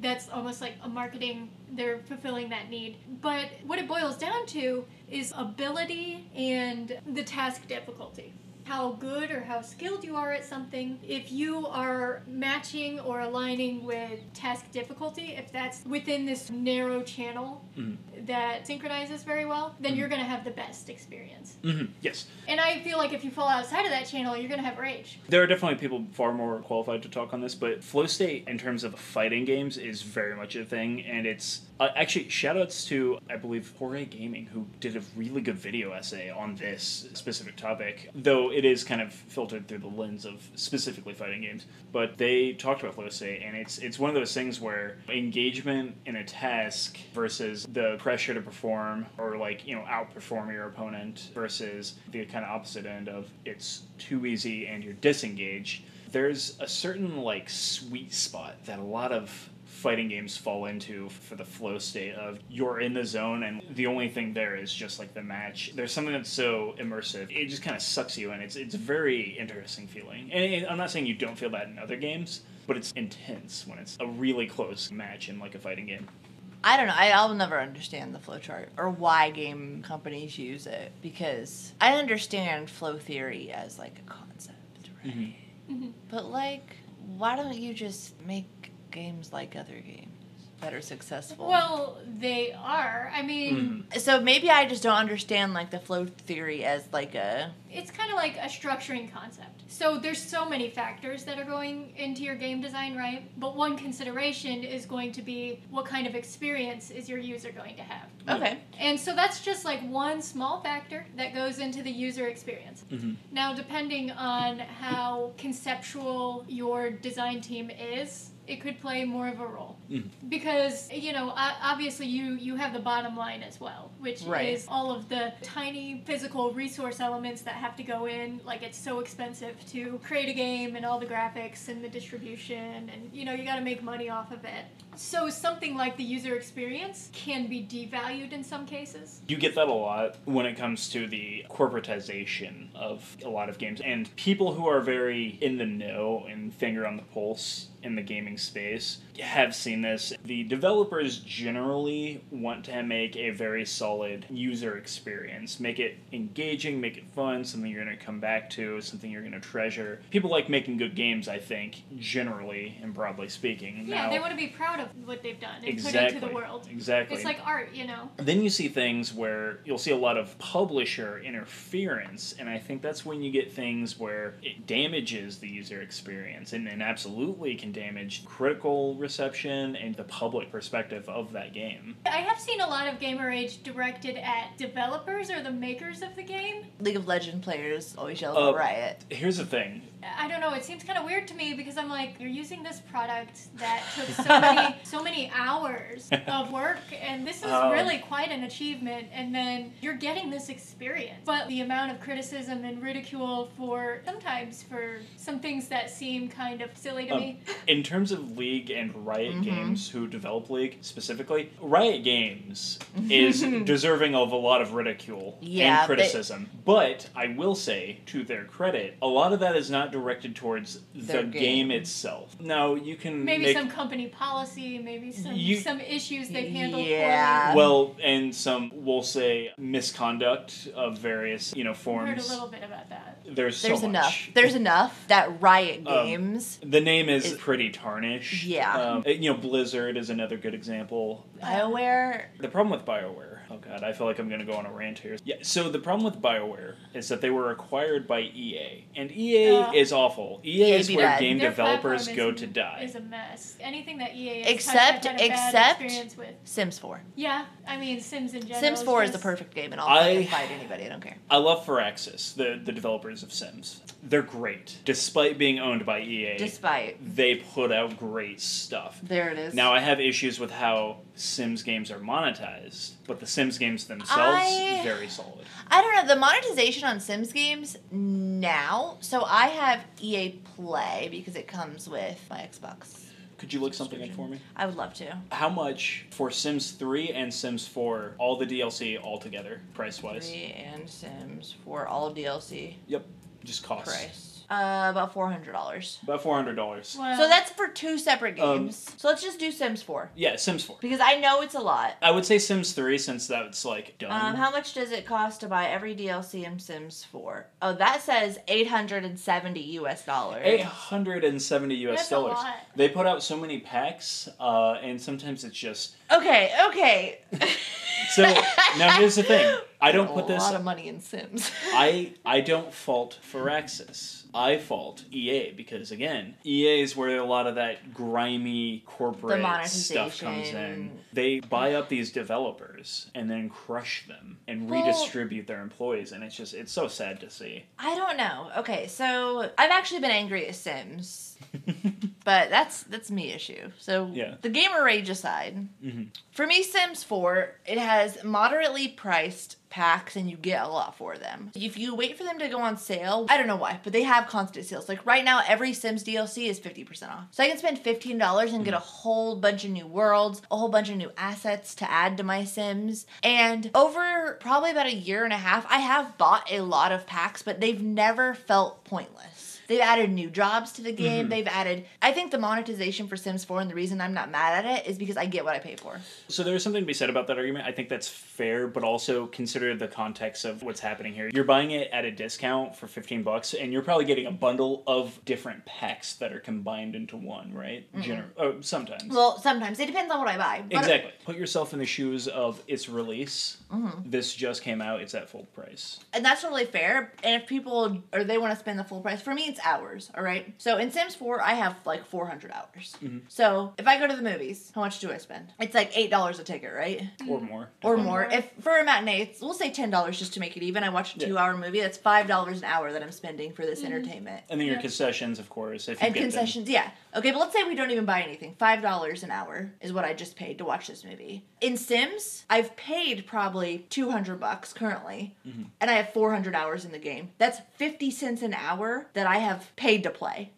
Speaker 2: that's almost like a marketing, they're fulfilling that need. But what it boils down to is ability and the task difficulty. How good or how skilled you are at something. If you are matching or aligning with task difficulty, if that's within this narrow channel that synchronizes very well, then you're going to have the best experience.
Speaker 4: Mhm, Yes.
Speaker 2: And I feel like if you fall outside of that channel, you're going to have rage.
Speaker 4: There are definitely people far more qualified to talk on this, but flow state in terms of fighting games is very much a thing, and it's uh, actually shout outs to I believe Hore Gaming who did a really good video essay on this specific topic, though it is kind of filtered through the lens of specifically fighting games. But they talked about flow state, and it's it's one of those things where engagement in a task versus the pressure to perform or like you know outperform your opponent versus the kind of opposite end of it's too easy and you're disengaged there's a certain like sweet spot that a lot of fighting games fall into for the flow state of you're in the zone and the only thing there is just like the match there's something that's so immersive it just kind of sucks you in it's it's a very interesting feeling and it- i'm not saying you don't feel that in other games but it's intense when it's a really close match in like a fighting game
Speaker 3: I don't know. I, I'll never understand the flow chart or why game companies use it because I understand flow theory as like a concept, right?
Speaker 4: Mm-hmm.
Speaker 3: But like, why don't you just make games like other games that are successful?
Speaker 2: Well, they are. I mean,
Speaker 4: Mm-hmm.
Speaker 3: so maybe I just don't understand like the flow theory as like a
Speaker 2: it's kind of like a structuring concept. So there's so many factors that are going into your game design, right? But one consideration is going to be what kind of experience is your user going to have.
Speaker 3: okay.
Speaker 2: And so that's just like one small factor that goes into the user experience. Now, depending on how conceptual your design team is, it could play more of a role
Speaker 4: Mm-hmm.
Speaker 2: because you know o- obviously you you have the bottom line as well which
Speaker 3: Right.
Speaker 2: is all of the tiny physical resource elements that have to go in like it's so expensive to create a game and all the graphics and the distribution and you know you got to make money off of it so something like the user experience can be devalued in some cases
Speaker 4: You get that a lot when it comes to the corporatization of a lot of games. And people who are very in the know and finger on the pulse in the gaming space have seen this. The developers generally want to make a very solid user experience, make it engaging, make it fun, something you're going to come back to, something you're going to treasure. People like making good games, I think, generally and broadly speaking.
Speaker 2: yeah
Speaker 4: Now-
Speaker 2: they want to be proud of what they've done and put
Speaker 4: exactly
Speaker 2: into the world
Speaker 4: Exactly.
Speaker 2: it's like art you know
Speaker 4: Then you see things where you'll see a lot of publisher interference, and I think that's when you get things where it damages the user experience and, and absolutely can damage critical reception and the public perspective of that game.
Speaker 2: I have seen a lot of gamer age directed at developers or the makers of the game.
Speaker 3: League of Legend players always yell about
Speaker 4: Uh,
Speaker 3: riot.
Speaker 4: Here's the thing
Speaker 2: I don't know, it seems kind of weird to me because I'm like, you're using this product that took so many so many hours of work and this is
Speaker 4: Um.
Speaker 2: really quite an achievement and then you're getting this experience. But the amount of criticism and ridicule for sometimes for some things that seem kind of silly to
Speaker 4: Um,
Speaker 2: me.
Speaker 4: in terms of League and Riot Games, who develop League specifically, Riot Games is deserving of a lot of ridicule
Speaker 3: Yeah,
Speaker 4: and
Speaker 3: they-
Speaker 4: criticism. But I will say, to their credit, a lot of that is not directed towards the
Speaker 3: Their
Speaker 4: game.
Speaker 3: game.
Speaker 4: itself. Now you can
Speaker 2: Maybe
Speaker 4: make
Speaker 2: some company policies see maybe some
Speaker 4: You-
Speaker 2: some issues they've handled
Speaker 3: Yeah.
Speaker 2: poorly.
Speaker 4: Well, and some we'll say misconduct of various you know
Speaker 2: I've heard a
Speaker 4: forms.
Speaker 2: little bit about that.
Speaker 4: There's so
Speaker 3: There's
Speaker 4: much.
Speaker 3: enough. There's enough that Riot
Speaker 4: Um,
Speaker 3: Games.
Speaker 4: The name is
Speaker 3: It-
Speaker 4: pretty tarnished.
Speaker 3: Yeah.
Speaker 4: Um, you know, Blizzard is another good example.
Speaker 3: Bioware.
Speaker 4: The problem with BioWare, oh god, I feel like I'm going to go on a rant here. Yeah, so the problem with BioWare is that they were acquired by EA, and EA
Speaker 2: Yeah.
Speaker 4: is awful. EA,
Speaker 3: EA
Speaker 4: is
Speaker 3: E be
Speaker 4: where
Speaker 3: dead.
Speaker 4: game
Speaker 2: Their
Speaker 4: developers
Speaker 2: platform
Speaker 4: go
Speaker 2: is-
Speaker 4: to die.
Speaker 2: Is a mess. Anything that EA has
Speaker 3: Except-
Speaker 2: touched, I've had a bad
Speaker 3: except-
Speaker 2: experience with.
Speaker 3: Sims 4.
Speaker 2: Yeah, I mean Sims in general.
Speaker 3: Sims 4 is the
Speaker 2: just-
Speaker 3: perfect game, and I'll
Speaker 4: I-
Speaker 3: fucking fight anybody. I don't care.
Speaker 4: I love Firaxis, the, the developers of Sims. They're great. Despite being owned by EA,
Speaker 3: Despite.
Speaker 4: they put out great stuff.
Speaker 3: There it is.
Speaker 4: Now I have issues with how Sims games are monetized, but the Sims games themselves
Speaker 3: I-
Speaker 4: very solid.
Speaker 3: I don't know the monetization on Sims games now. So I have EA Play because it comes with my Xbox.
Speaker 4: Could you look something up for me?
Speaker 3: I would love to.
Speaker 4: How much for Sims 3 and Sims 4, all the DLC altogether, price wise?
Speaker 3: Three and Sims for all of DLC
Speaker 4: Yep, just costs.
Speaker 3: price. Uh, about four hundred dollars.
Speaker 4: About $400.
Speaker 2: Well,
Speaker 3: So that's for two separate
Speaker 4: Um,
Speaker 3: games. so let's just do Sims four
Speaker 4: Yeah, Sims 4.
Speaker 3: because I know it's a lot.
Speaker 4: I would say Sims 3 since that's like done.
Speaker 3: Um, how much does it cost to buy every DLC in Sims four? Oh, that says eight hundred and seventy U.S. dollars.
Speaker 4: 870 US
Speaker 2: That's a
Speaker 4: dollars.
Speaker 2: lot.
Speaker 4: They put out so many packs, uh, and sometimes it's just.
Speaker 3: Okay, okay.
Speaker 4: So now here's the thing I don't put
Speaker 3: a
Speaker 4: this
Speaker 3: lot of money in Sims.
Speaker 4: I I don't fault Firaxis. I fault EA because again, EA is where a lot of that grimy corporate
Speaker 3: The monetization.
Speaker 4: stuff comes in. They buy up these developers and then crush them and
Speaker 3: Well-
Speaker 4: redistribute their employees, and it's just it's so sad to see.
Speaker 3: I don't know. Okay, so I've actually been angry at Sims, but that's that's me issue. So
Speaker 4: Yeah.
Speaker 3: the gamer rage aside, for me, Sims Four it has moderately priced packs, and you get a lot for them. If you wait for them to go on sale, I don't know why, but they have constant sales. Like right now, every Sims DLC is fifty percent off, so I can spend fifteen dollars and get a whole bunch of new worlds, a whole bunch of new assets to add to my Sims. And over probably about a year and a half, I have bought a lot of packs, but they've never felt pointless. They've added new jobs to the game. They've added, I think the monetization for Sims 4 and the reason I'm not mad at it is because I get what I pay for.
Speaker 4: So there's something to be said about that argument. I think that's fair, but also consider the context of what's happening here. You're buying it at a discount for 15 bucks, and you're probably getting a bundle of different packs that are combined into one, right?
Speaker 3: Mm-hmm.
Speaker 4: Gener- oh, sometimes.
Speaker 3: Well, sometimes it depends on what I buy. but-
Speaker 4: Exactly. Put yourself in the shoes of its release.
Speaker 3: Mm-hmm.
Speaker 4: This just came out. It's at full price.
Speaker 3: and that's totally fair. And if people or they want to spend the full price, for me it's hours. All right. So in Sims 4, I have like 400 hours.
Speaker 4: Mm-hmm.
Speaker 3: So if I go to the movies, how much do I spend? It's like eight dollars a ticket, right?
Speaker 4: Or more.
Speaker 3: Mm-hmm. Or more. If for a matinee, it's, we'll say ten dollars just to make it even. I watch a
Speaker 4: Yeah.
Speaker 3: two-hour movie. That's five dollars an hour that I'm spending for this entertainment.
Speaker 4: And then your concessions, of course, if you
Speaker 3: and
Speaker 4: get them.
Speaker 3: concessions yeah okay but let's say we don't even buy anything five dollars an hour is what i just paid to watch this movie in sims i've paid probably 200 bucks currently and i have 400 hours in the game that's 50 cents an hour that i have paid to play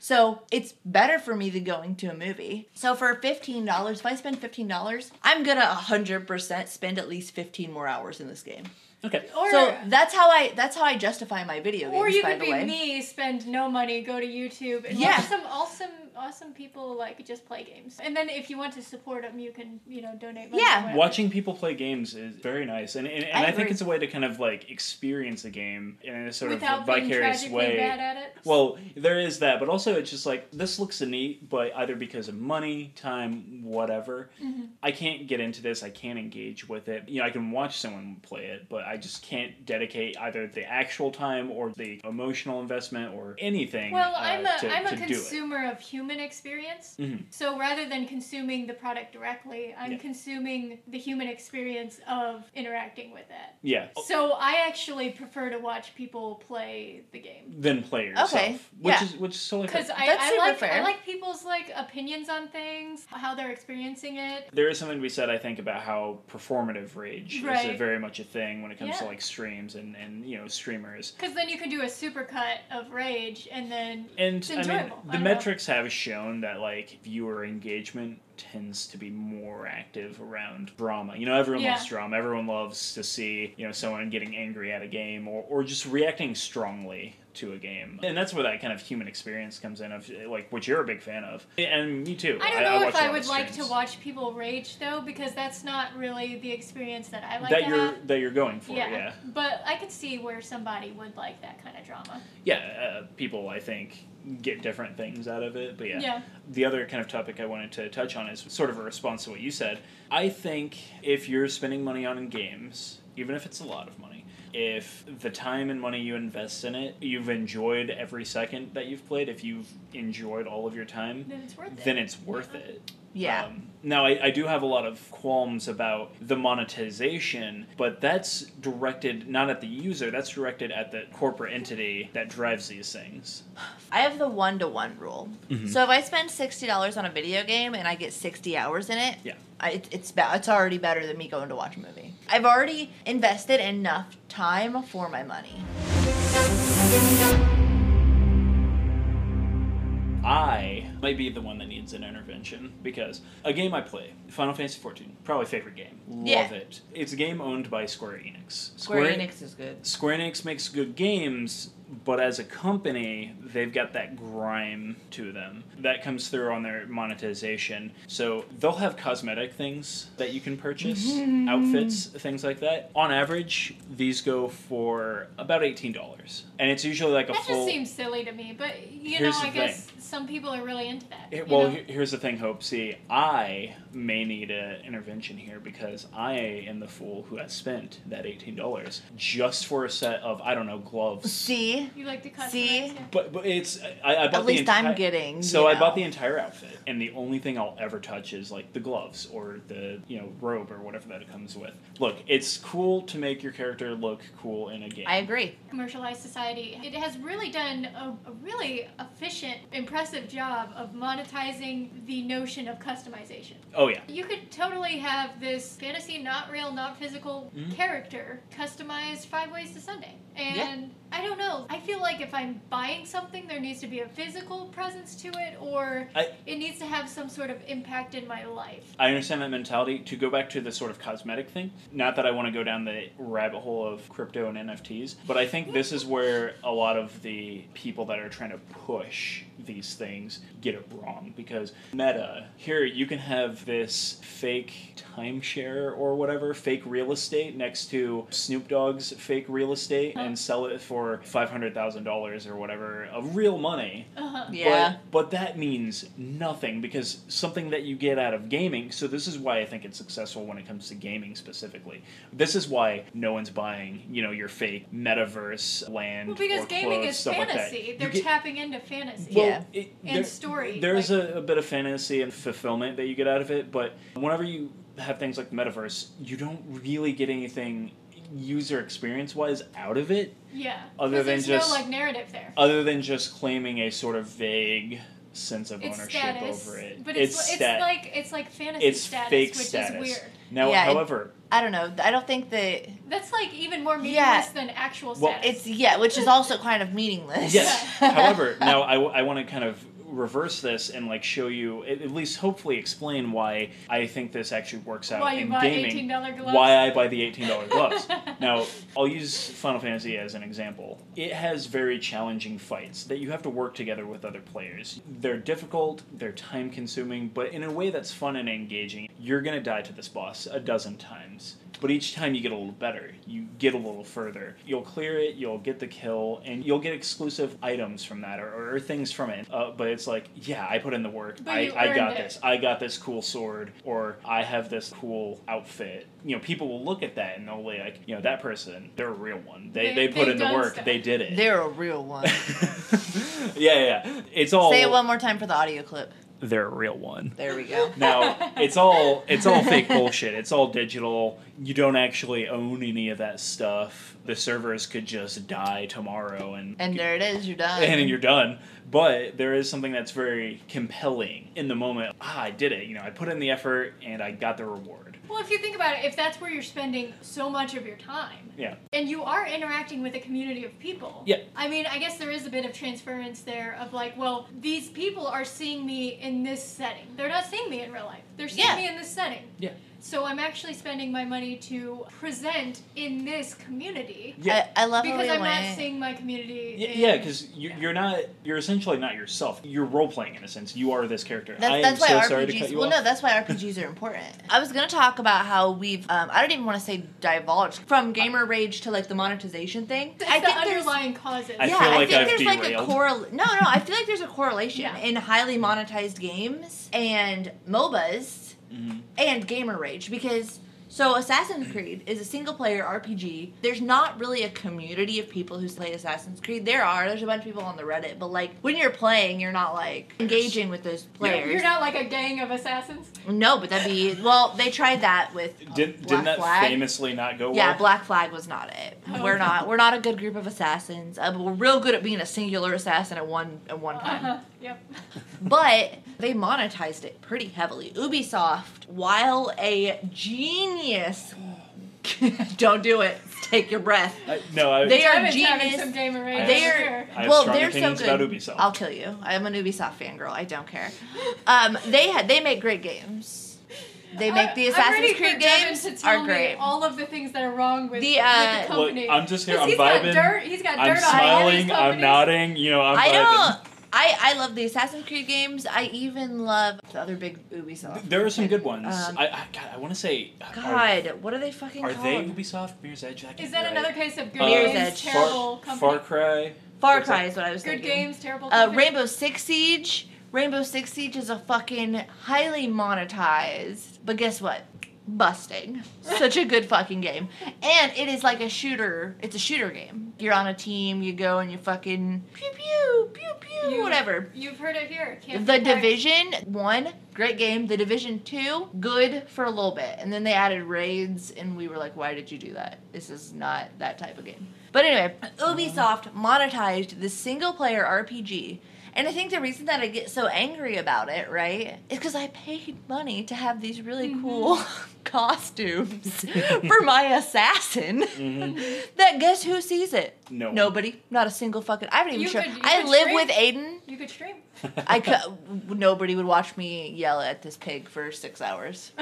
Speaker 3: so it's better for me than going to a movie so for $15 if i spend $15 i'm gonna 100% spend at least 15 more hours in this game
Speaker 4: Okay.
Speaker 2: or,
Speaker 3: so that's how i that's how i justify my video games
Speaker 2: or you
Speaker 3: by
Speaker 2: could
Speaker 3: the
Speaker 2: be
Speaker 3: way
Speaker 2: me, spend no money, go to YouTube and
Speaker 3: Yeah.
Speaker 2: watch some awesome, awesome people like just play games. And then if you want to support them, you can you know donate money.
Speaker 3: Yeah.
Speaker 2: or whatever.
Speaker 4: Watching people play games is very nice, and and, and
Speaker 3: I
Speaker 4: I,
Speaker 3: agree.
Speaker 4: think it's a way to kind of like experience a game in a sort
Speaker 2: without
Speaker 4: of
Speaker 2: being
Speaker 4: vicarious
Speaker 2: tragically
Speaker 4: way.
Speaker 2: bad at it.
Speaker 4: Well, there is that, but also it's just like this looks neat, but either because of money, time, whatever,
Speaker 2: Mm-hmm.
Speaker 4: I can't get into this. I can't engage with it. You know, I can watch someone play it, but I just can't dedicate either the actual time or the emotional investment or anything.
Speaker 2: Well,
Speaker 4: uh,
Speaker 2: I'm a
Speaker 4: to,
Speaker 2: am
Speaker 4: to
Speaker 2: a
Speaker 4: do it.
Speaker 2: consumer of human experience.
Speaker 4: Mhm.
Speaker 2: So rather than consuming the product directly, I'm
Speaker 4: Yeah.
Speaker 2: consuming the human experience of interacting with it.
Speaker 4: Yeah.
Speaker 2: So I actually prefer to watch people play the game
Speaker 4: Then play yourself,
Speaker 3: Okay,
Speaker 4: which
Speaker 3: yeah.
Speaker 4: is which is totally fair.
Speaker 2: because I,
Speaker 3: That's
Speaker 2: I
Speaker 3: super
Speaker 2: like
Speaker 3: fair.
Speaker 2: I like people's like opinions on things, how they're experiencing it.
Speaker 4: there is something to be said, I think, about how performative rage is a,
Speaker 2: Right.
Speaker 4: very much a thing when it comes to
Speaker 2: Yeah.
Speaker 4: like streams and and you know streamers.
Speaker 2: Because then you can do a supercut of rage, and then
Speaker 4: And
Speaker 2: It's
Speaker 4: I mean,
Speaker 2: enjoyable. I
Speaker 4: the
Speaker 2: don't
Speaker 4: metrics have shown that like viewer engagement tends to be more active around drama. You know, everyone
Speaker 2: Yeah.
Speaker 4: loves drama. Everyone loves to see, you know, someone getting angry at a game or, or just reacting strongly to a game. And that's where that kind of human experience comes in of like which you're a big fan of. And me too.
Speaker 2: I don't know
Speaker 4: watch
Speaker 2: if
Speaker 4: a lot
Speaker 2: I
Speaker 4: of
Speaker 2: would like to
Speaker 4: streams.
Speaker 2: watch people rage though, because that's not really the experience that I like
Speaker 4: that
Speaker 2: to
Speaker 4: you're
Speaker 2: have.
Speaker 4: that you're going for,
Speaker 2: yeah.
Speaker 4: yeah.
Speaker 2: but I could see where somebody would like that kind of drama.
Speaker 4: yeah, uh, people I think get different things out of it. But yeah.
Speaker 2: Yeah.
Speaker 4: the other kind of topic I wanted to touch on is sort of a response to what you said. I think if you're spending money on games, even if it's a lot of money, if the time and money you invest in it, you've enjoyed every second that you've played, if you've enjoyed all of your time,
Speaker 2: Then it's worth it.
Speaker 4: then it's worth it.
Speaker 3: Yeah.
Speaker 4: Um, now, I, I do have a lot of qualms about the monetization, but that's directed not at the user, that's directed at the corporate entity that drives these things.
Speaker 3: I have the one to one rule.
Speaker 4: Mm-hmm.
Speaker 3: So if I spend sixty dollars on a video game and I get sixty hours in it,
Speaker 4: Yeah.
Speaker 3: I, it, it's be- it's already better than me going to watch a movie. I've already invested enough time for my money.
Speaker 4: I might be the one that needs an intervention because a game I play, Final Fantasy XIV, probably favorite game. Love
Speaker 3: Yeah.
Speaker 4: it. It's a game owned by Square Enix.
Speaker 3: Square Enix is good.
Speaker 4: Square Enix makes good games, but as a company, they've got that grime to them. That comes through on their monetization. So they'll have cosmetic things that you can purchase,
Speaker 2: Mm-hmm.
Speaker 4: outfits, things like that. On average, these go for about $18. And it's usually like a
Speaker 2: That
Speaker 4: full.
Speaker 2: just seems silly to me, but you
Speaker 4: Here's
Speaker 2: know,
Speaker 4: the
Speaker 2: I guess some people are really into that.
Speaker 4: Here-
Speaker 2: you
Speaker 4: well,
Speaker 2: know?
Speaker 4: he- here's the thing, Hope. See, I may need an intervention here because I am the fool who has spent that eighteen dollars just for a set of I don't know gloves.
Speaker 3: See,
Speaker 2: you like to customize.
Speaker 3: See?
Speaker 2: yeah.
Speaker 4: But but it's I, I bought
Speaker 3: at
Speaker 4: the
Speaker 3: least I'm
Speaker 4: enti-
Speaker 3: getting.
Speaker 4: So
Speaker 3: you
Speaker 4: I bought
Speaker 3: know.
Speaker 4: the entire outfit, and the only thing I'll ever touch is like the gloves or the you know robe or whatever that it comes with. Look, it's cool to make your character look cool in a game.
Speaker 3: I agree.
Speaker 2: commercialized society. It has really done a, a really efficient, impressive job of monetizing the notion of customization.
Speaker 4: oh yeah,
Speaker 2: You could totally have this fantasy, not real, not physical
Speaker 4: Mhm.
Speaker 2: character customized five ways to Sunday. And
Speaker 3: Yeah.
Speaker 2: I don't know. I feel like if I'm buying something, there needs to be a physical presence to it, or
Speaker 4: I-
Speaker 2: it needs to have some sort of impact in my life.
Speaker 4: I understand that mentality. To go back to the sort of cosmetic thing, not that I want to go down the rabbit hole of crypto and NFTs, but I think this is where a lot of the people that are trying to push these things get it wrong because Meta, here you can have this fake timeshare or whatever, fake real estate next to Snoop Dogg's fake real estate and sell it for $500,000 or whatever of real money.
Speaker 2: Uh-huh.
Speaker 3: Yeah.
Speaker 4: But, but that means nothing because something that you get out of gaming. So this is why I think it's successful when it comes to gaming specifically. This is why no one's buying, you know, your fake metaverse land.
Speaker 2: Well, because
Speaker 4: or
Speaker 2: gaming
Speaker 4: clothes,
Speaker 2: is
Speaker 4: stuff
Speaker 2: fantasy.
Speaker 4: Like that.
Speaker 2: They're
Speaker 4: You get-
Speaker 2: tapping into fantasy.
Speaker 4: well,
Speaker 3: Yeah.
Speaker 4: it-
Speaker 2: And
Speaker 4: there-
Speaker 2: story,
Speaker 4: There's
Speaker 2: like-
Speaker 4: a, a bit of fantasy and fulfillment that you get out of it, but whenever you have things like the metaverse, you don't really get anything user experience wise out of it
Speaker 2: Yeah.
Speaker 4: Other
Speaker 2: 'Cause
Speaker 4: than
Speaker 2: there's
Speaker 4: just-
Speaker 2: no like narrative there.
Speaker 4: other than just claiming a sort of vague sense of
Speaker 2: It's
Speaker 4: ownership
Speaker 2: status,
Speaker 4: over it.
Speaker 2: but it's it's,
Speaker 4: stat-
Speaker 2: like it's like fantasy
Speaker 4: it's
Speaker 2: status,
Speaker 4: fake
Speaker 2: which
Speaker 4: status.
Speaker 2: is weird.
Speaker 4: Now,
Speaker 3: Yeah, it-
Speaker 4: however,
Speaker 3: I don't know. I don't think that
Speaker 2: That's like even more meaningless
Speaker 3: Yeah.
Speaker 2: than actual
Speaker 4: Well,
Speaker 2: status.
Speaker 3: it's yeah, which is also kind of meaningless.
Speaker 4: yes. however, now I, want to kind of reverse this and like show you at, at least hopefully explain why I think this actually works out
Speaker 2: why you
Speaker 4: in
Speaker 2: buy eighteen
Speaker 4: gaming.
Speaker 2: dollar gloves.
Speaker 4: Why I buy the eighteen dollar gloves. now I'll use Final Fantasy as an example. It has very challenging fights that you have to work together with other players. They're difficult, they're time consuming, but in a way that's fun and engaging. You're gonna die to this boss a dozen times. But each time you get a little better, you get a little further. You'll clear it, you'll get the kill, and you'll get exclusive items from that or, or things from it. Uh, but it's like, yeah, I put in the work.
Speaker 2: But
Speaker 4: I,
Speaker 2: you
Speaker 4: I got
Speaker 2: earned it.
Speaker 4: this. I got this cool sword or I have this cool outfit. You know, people will look at that and they'll be like, you know, that person, they're a real one. They
Speaker 2: They-
Speaker 4: they, put
Speaker 2: they
Speaker 4: in the
Speaker 2: done
Speaker 4: work.
Speaker 2: stuff.
Speaker 4: They did it.
Speaker 3: They're a real one.
Speaker 4: yeah, yeah, yeah. It's all
Speaker 3: Say it one more time for the audio clip.
Speaker 4: they're a real one.
Speaker 3: There we go.
Speaker 4: Now, it's all it's all fake bullshit. It's all digital. You don't actually own any of that stuff. The servers could just die tomorrow and
Speaker 3: And there it is. You're done.
Speaker 4: and you're done. But there is something that's very compelling in the moment. Ah, I did it. You know, I put in the effort and I got the reward.
Speaker 2: Well, if you think about it, if that's where you're spending so much of your time,
Speaker 4: Yeah.
Speaker 2: and you are interacting with a community of people.
Speaker 4: Yeah.
Speaker 2: I mean, I guess there is a bit of transference there of like, well, these people are seeing me in in this setting. They're not seeing me in real life. They're seeing
Speaker 3: Yeah.
Speaker 2: me in this setting.
Speaker 4: Yeah.
Speaker 2: So I'm actually spending my money to present in this community
Speaker 4: Yeah.
Speaker 3: I, I love how
Speaker 2: because
Speaker 3: we
Speaker 2: I'm
Speaker 3: went-
Speaker 2: not seeing my community.
Speaker 4: Y-
Speaker 2: in-
Speaker 4: yeah, because you're, you're not you're essentially not yourself. You're role playing in a sense. You are this character. I
Speaker 3: That's,
Speaker 4: am
Speaker 3: that's why
Speaker 4: so
Speaker 3: RPGs.
Speaker 4: sorry to cut you
Speaker 3: well,
Speaker 4: off.
Speaker 3: no, that's why RPGs are important. I was gonna talk about how we've. Um, I don't even want to say divulged from gamer rage to like the monetization thing.
Speaker 2: It's
Speaker 3: I
Speaker 2: the
Speaker 3: think there's.
Speaker 2: underlying causes.
Speaker 4: I
Speaker 3: yeah,
Speaker 4: feel
Speaker 3: I
Speaker 4: like
Speaker 3: think
Speaker 4: I've
Speaker 3: there's like a
Speaker 4: derailed.
Speaker 3: correl. No, no, I feel like there's a correlation
Speaker 2: Yeah.
Speaker 3: in highly monetized games and MOBAs
Speaker 4: Mm-hmm.
Speaker 3: and gamer rage because. So Assassin's Creed is a single player RPG. There's not really a community of people who play Assassin's Creed. There are. There's a bunch of people on the Reddit, but like when you're playing, you're not like engaging with those players.
Speaker 2: You're not like a gang of assassins.
Speaker 3: No, but that'd be well. They tried that with uh,
Speaker 4: Did,
Speaker 3: Black
Speaker 4: didn't that
Speaker 3: Flag.
Speaker 4: famously not go
Speaker 3: yeah,
Speaker 4: well?
Speaker 3: Black Flag was not it.
Speaker 2: Oh,
Speaker 3: We're
Speaker 2: okay.
Speaker 3: not. We're not a good group of assassins. Uh, but we're real good at being a singular assassin at one at one time.
Speaker 2: Uh-huh. Yep.
Speaker 3: But they monetized it pretty heavily. Ubisoft, while a genius, don't do it. Take your breath.
Speaker 4: I, no, I,
Speaker 3: They are
Speaker 2: Kevin's having
Speaker 3: genius.
Speaker 2: some gamer rage.
Speaker 3: They
Speaker 2: over
Speaker 3: are
Speaker 2: here.
Speaker 4: I have
Speaker 3: well.
Speaker 4: strong
Speaker 3: They're so
Speaker 4: opinions
Speaker 3: good.
Speaker 4: about Ubisoft.
Speaker 3: I'll kill you. I'm an Ubisoft fangirl. I don't care. Um, they had. They make great games. They make
Speaker 2: I-
Speaker 3: the
Speaker 2: I'm
Speaker 3: Assassin's
Speaker 2: ready
Speaker 3: Creed
Speaker 2: for Devin
Speaker 3: games
Speaker 2: to tell
Speaker 3: are
Speaker 2: me
Speaker 3: great.
Speaker 2: all of the things that are wrong with
Speaker 3: The,
Speaker 2: with
Speaker 3: uh,
Speaker 2: the company.
Speaker 4: Look, I'm just here.
Speaker 2: 'Cause
Speaker 4: I'm
Speaker 2: he's
Speaker 4: vibing.
Speaker 2: Got dirt. He's got
Speaker 4: I'm
Speaker 2: dirt on all these
Speaker 4: smiling. I'm
Speaker 2: companies.
Speaker 4: nodding. You know, I'm
Speaker 3: I
Speaker 4: vibing.
Speaker 3: don't. I, I love the Assassin's Creed games. I even love the other big Ubisoft.
Speaker 4: There are some good ones.
Speaker 3: Um,
Speaker 4: I, I, God, I want to say. Are,
Speaker 3: God, what are they fucking
Speaker 4: are
Speaker 3: called?
Speaker 4: they Ubisoft? Mirror's Edge. I can't
Speaker 2: Is that
Speaker 4: really-
Speaker 2: another case of good
Speaker 4: Mirror's
Speaker 2: games,
Speaker 3: Edge.
Speaker 2: terrible
Speaker 4: Uh,
Speaker 2: company?
Speaker 4: Far, Far Cry.
Speaker 3: Far
Speaker 4: What's
Speaker 3: Cry
Speaker 4: that?
Speaker 3: is what I was
Speaker 2: Good
Speaker 3: thinking.
Speaker 2: games, terrible
Speaker 3: Uh,
Speaker 2: company.
Speaker 3: Rainbow Six Siege. Rainbow Six Siege is a fucking highly monetized, but guess what? Busting. Such a good fucking game. And it is like a shooter. It's a shooter game. You're on a team, you go and you fucking pew pew, pew pew,
Speaker 2: You-
Speaker 3: whatever.
Speaker 2: You've heard it here. Can't
Speaker 3: The
Speaker 2: be back.
Speaker 3: Division 1, great game. The Division 2, good for a little bit. And then they added raids, and we were like, why did you do that? This is not that type of game. But anyway, Ubisoft monetized the single player RPG. And I think the reason that I get so angry about it, right, is because I paid money to have these really
Speaker 2: Mm-hmm.
Speaker 3: cool costumes for my assassin. that guess who sees it?
Speaker 4: No one.
Speaker 3: Nobody. Not a single fucking. I haven't even
Speaker 2: You
Speaker 3: sure.
Speaker 2: could- you
Speaker 3: I
Speaker 2: could
Speaker 3: live
Speaker 2: stream-
Speaker 3: with Aiden.
Speaker 2: You could stream.
Speaker 3: I could, nobody would watch me yell at this pig for six hours.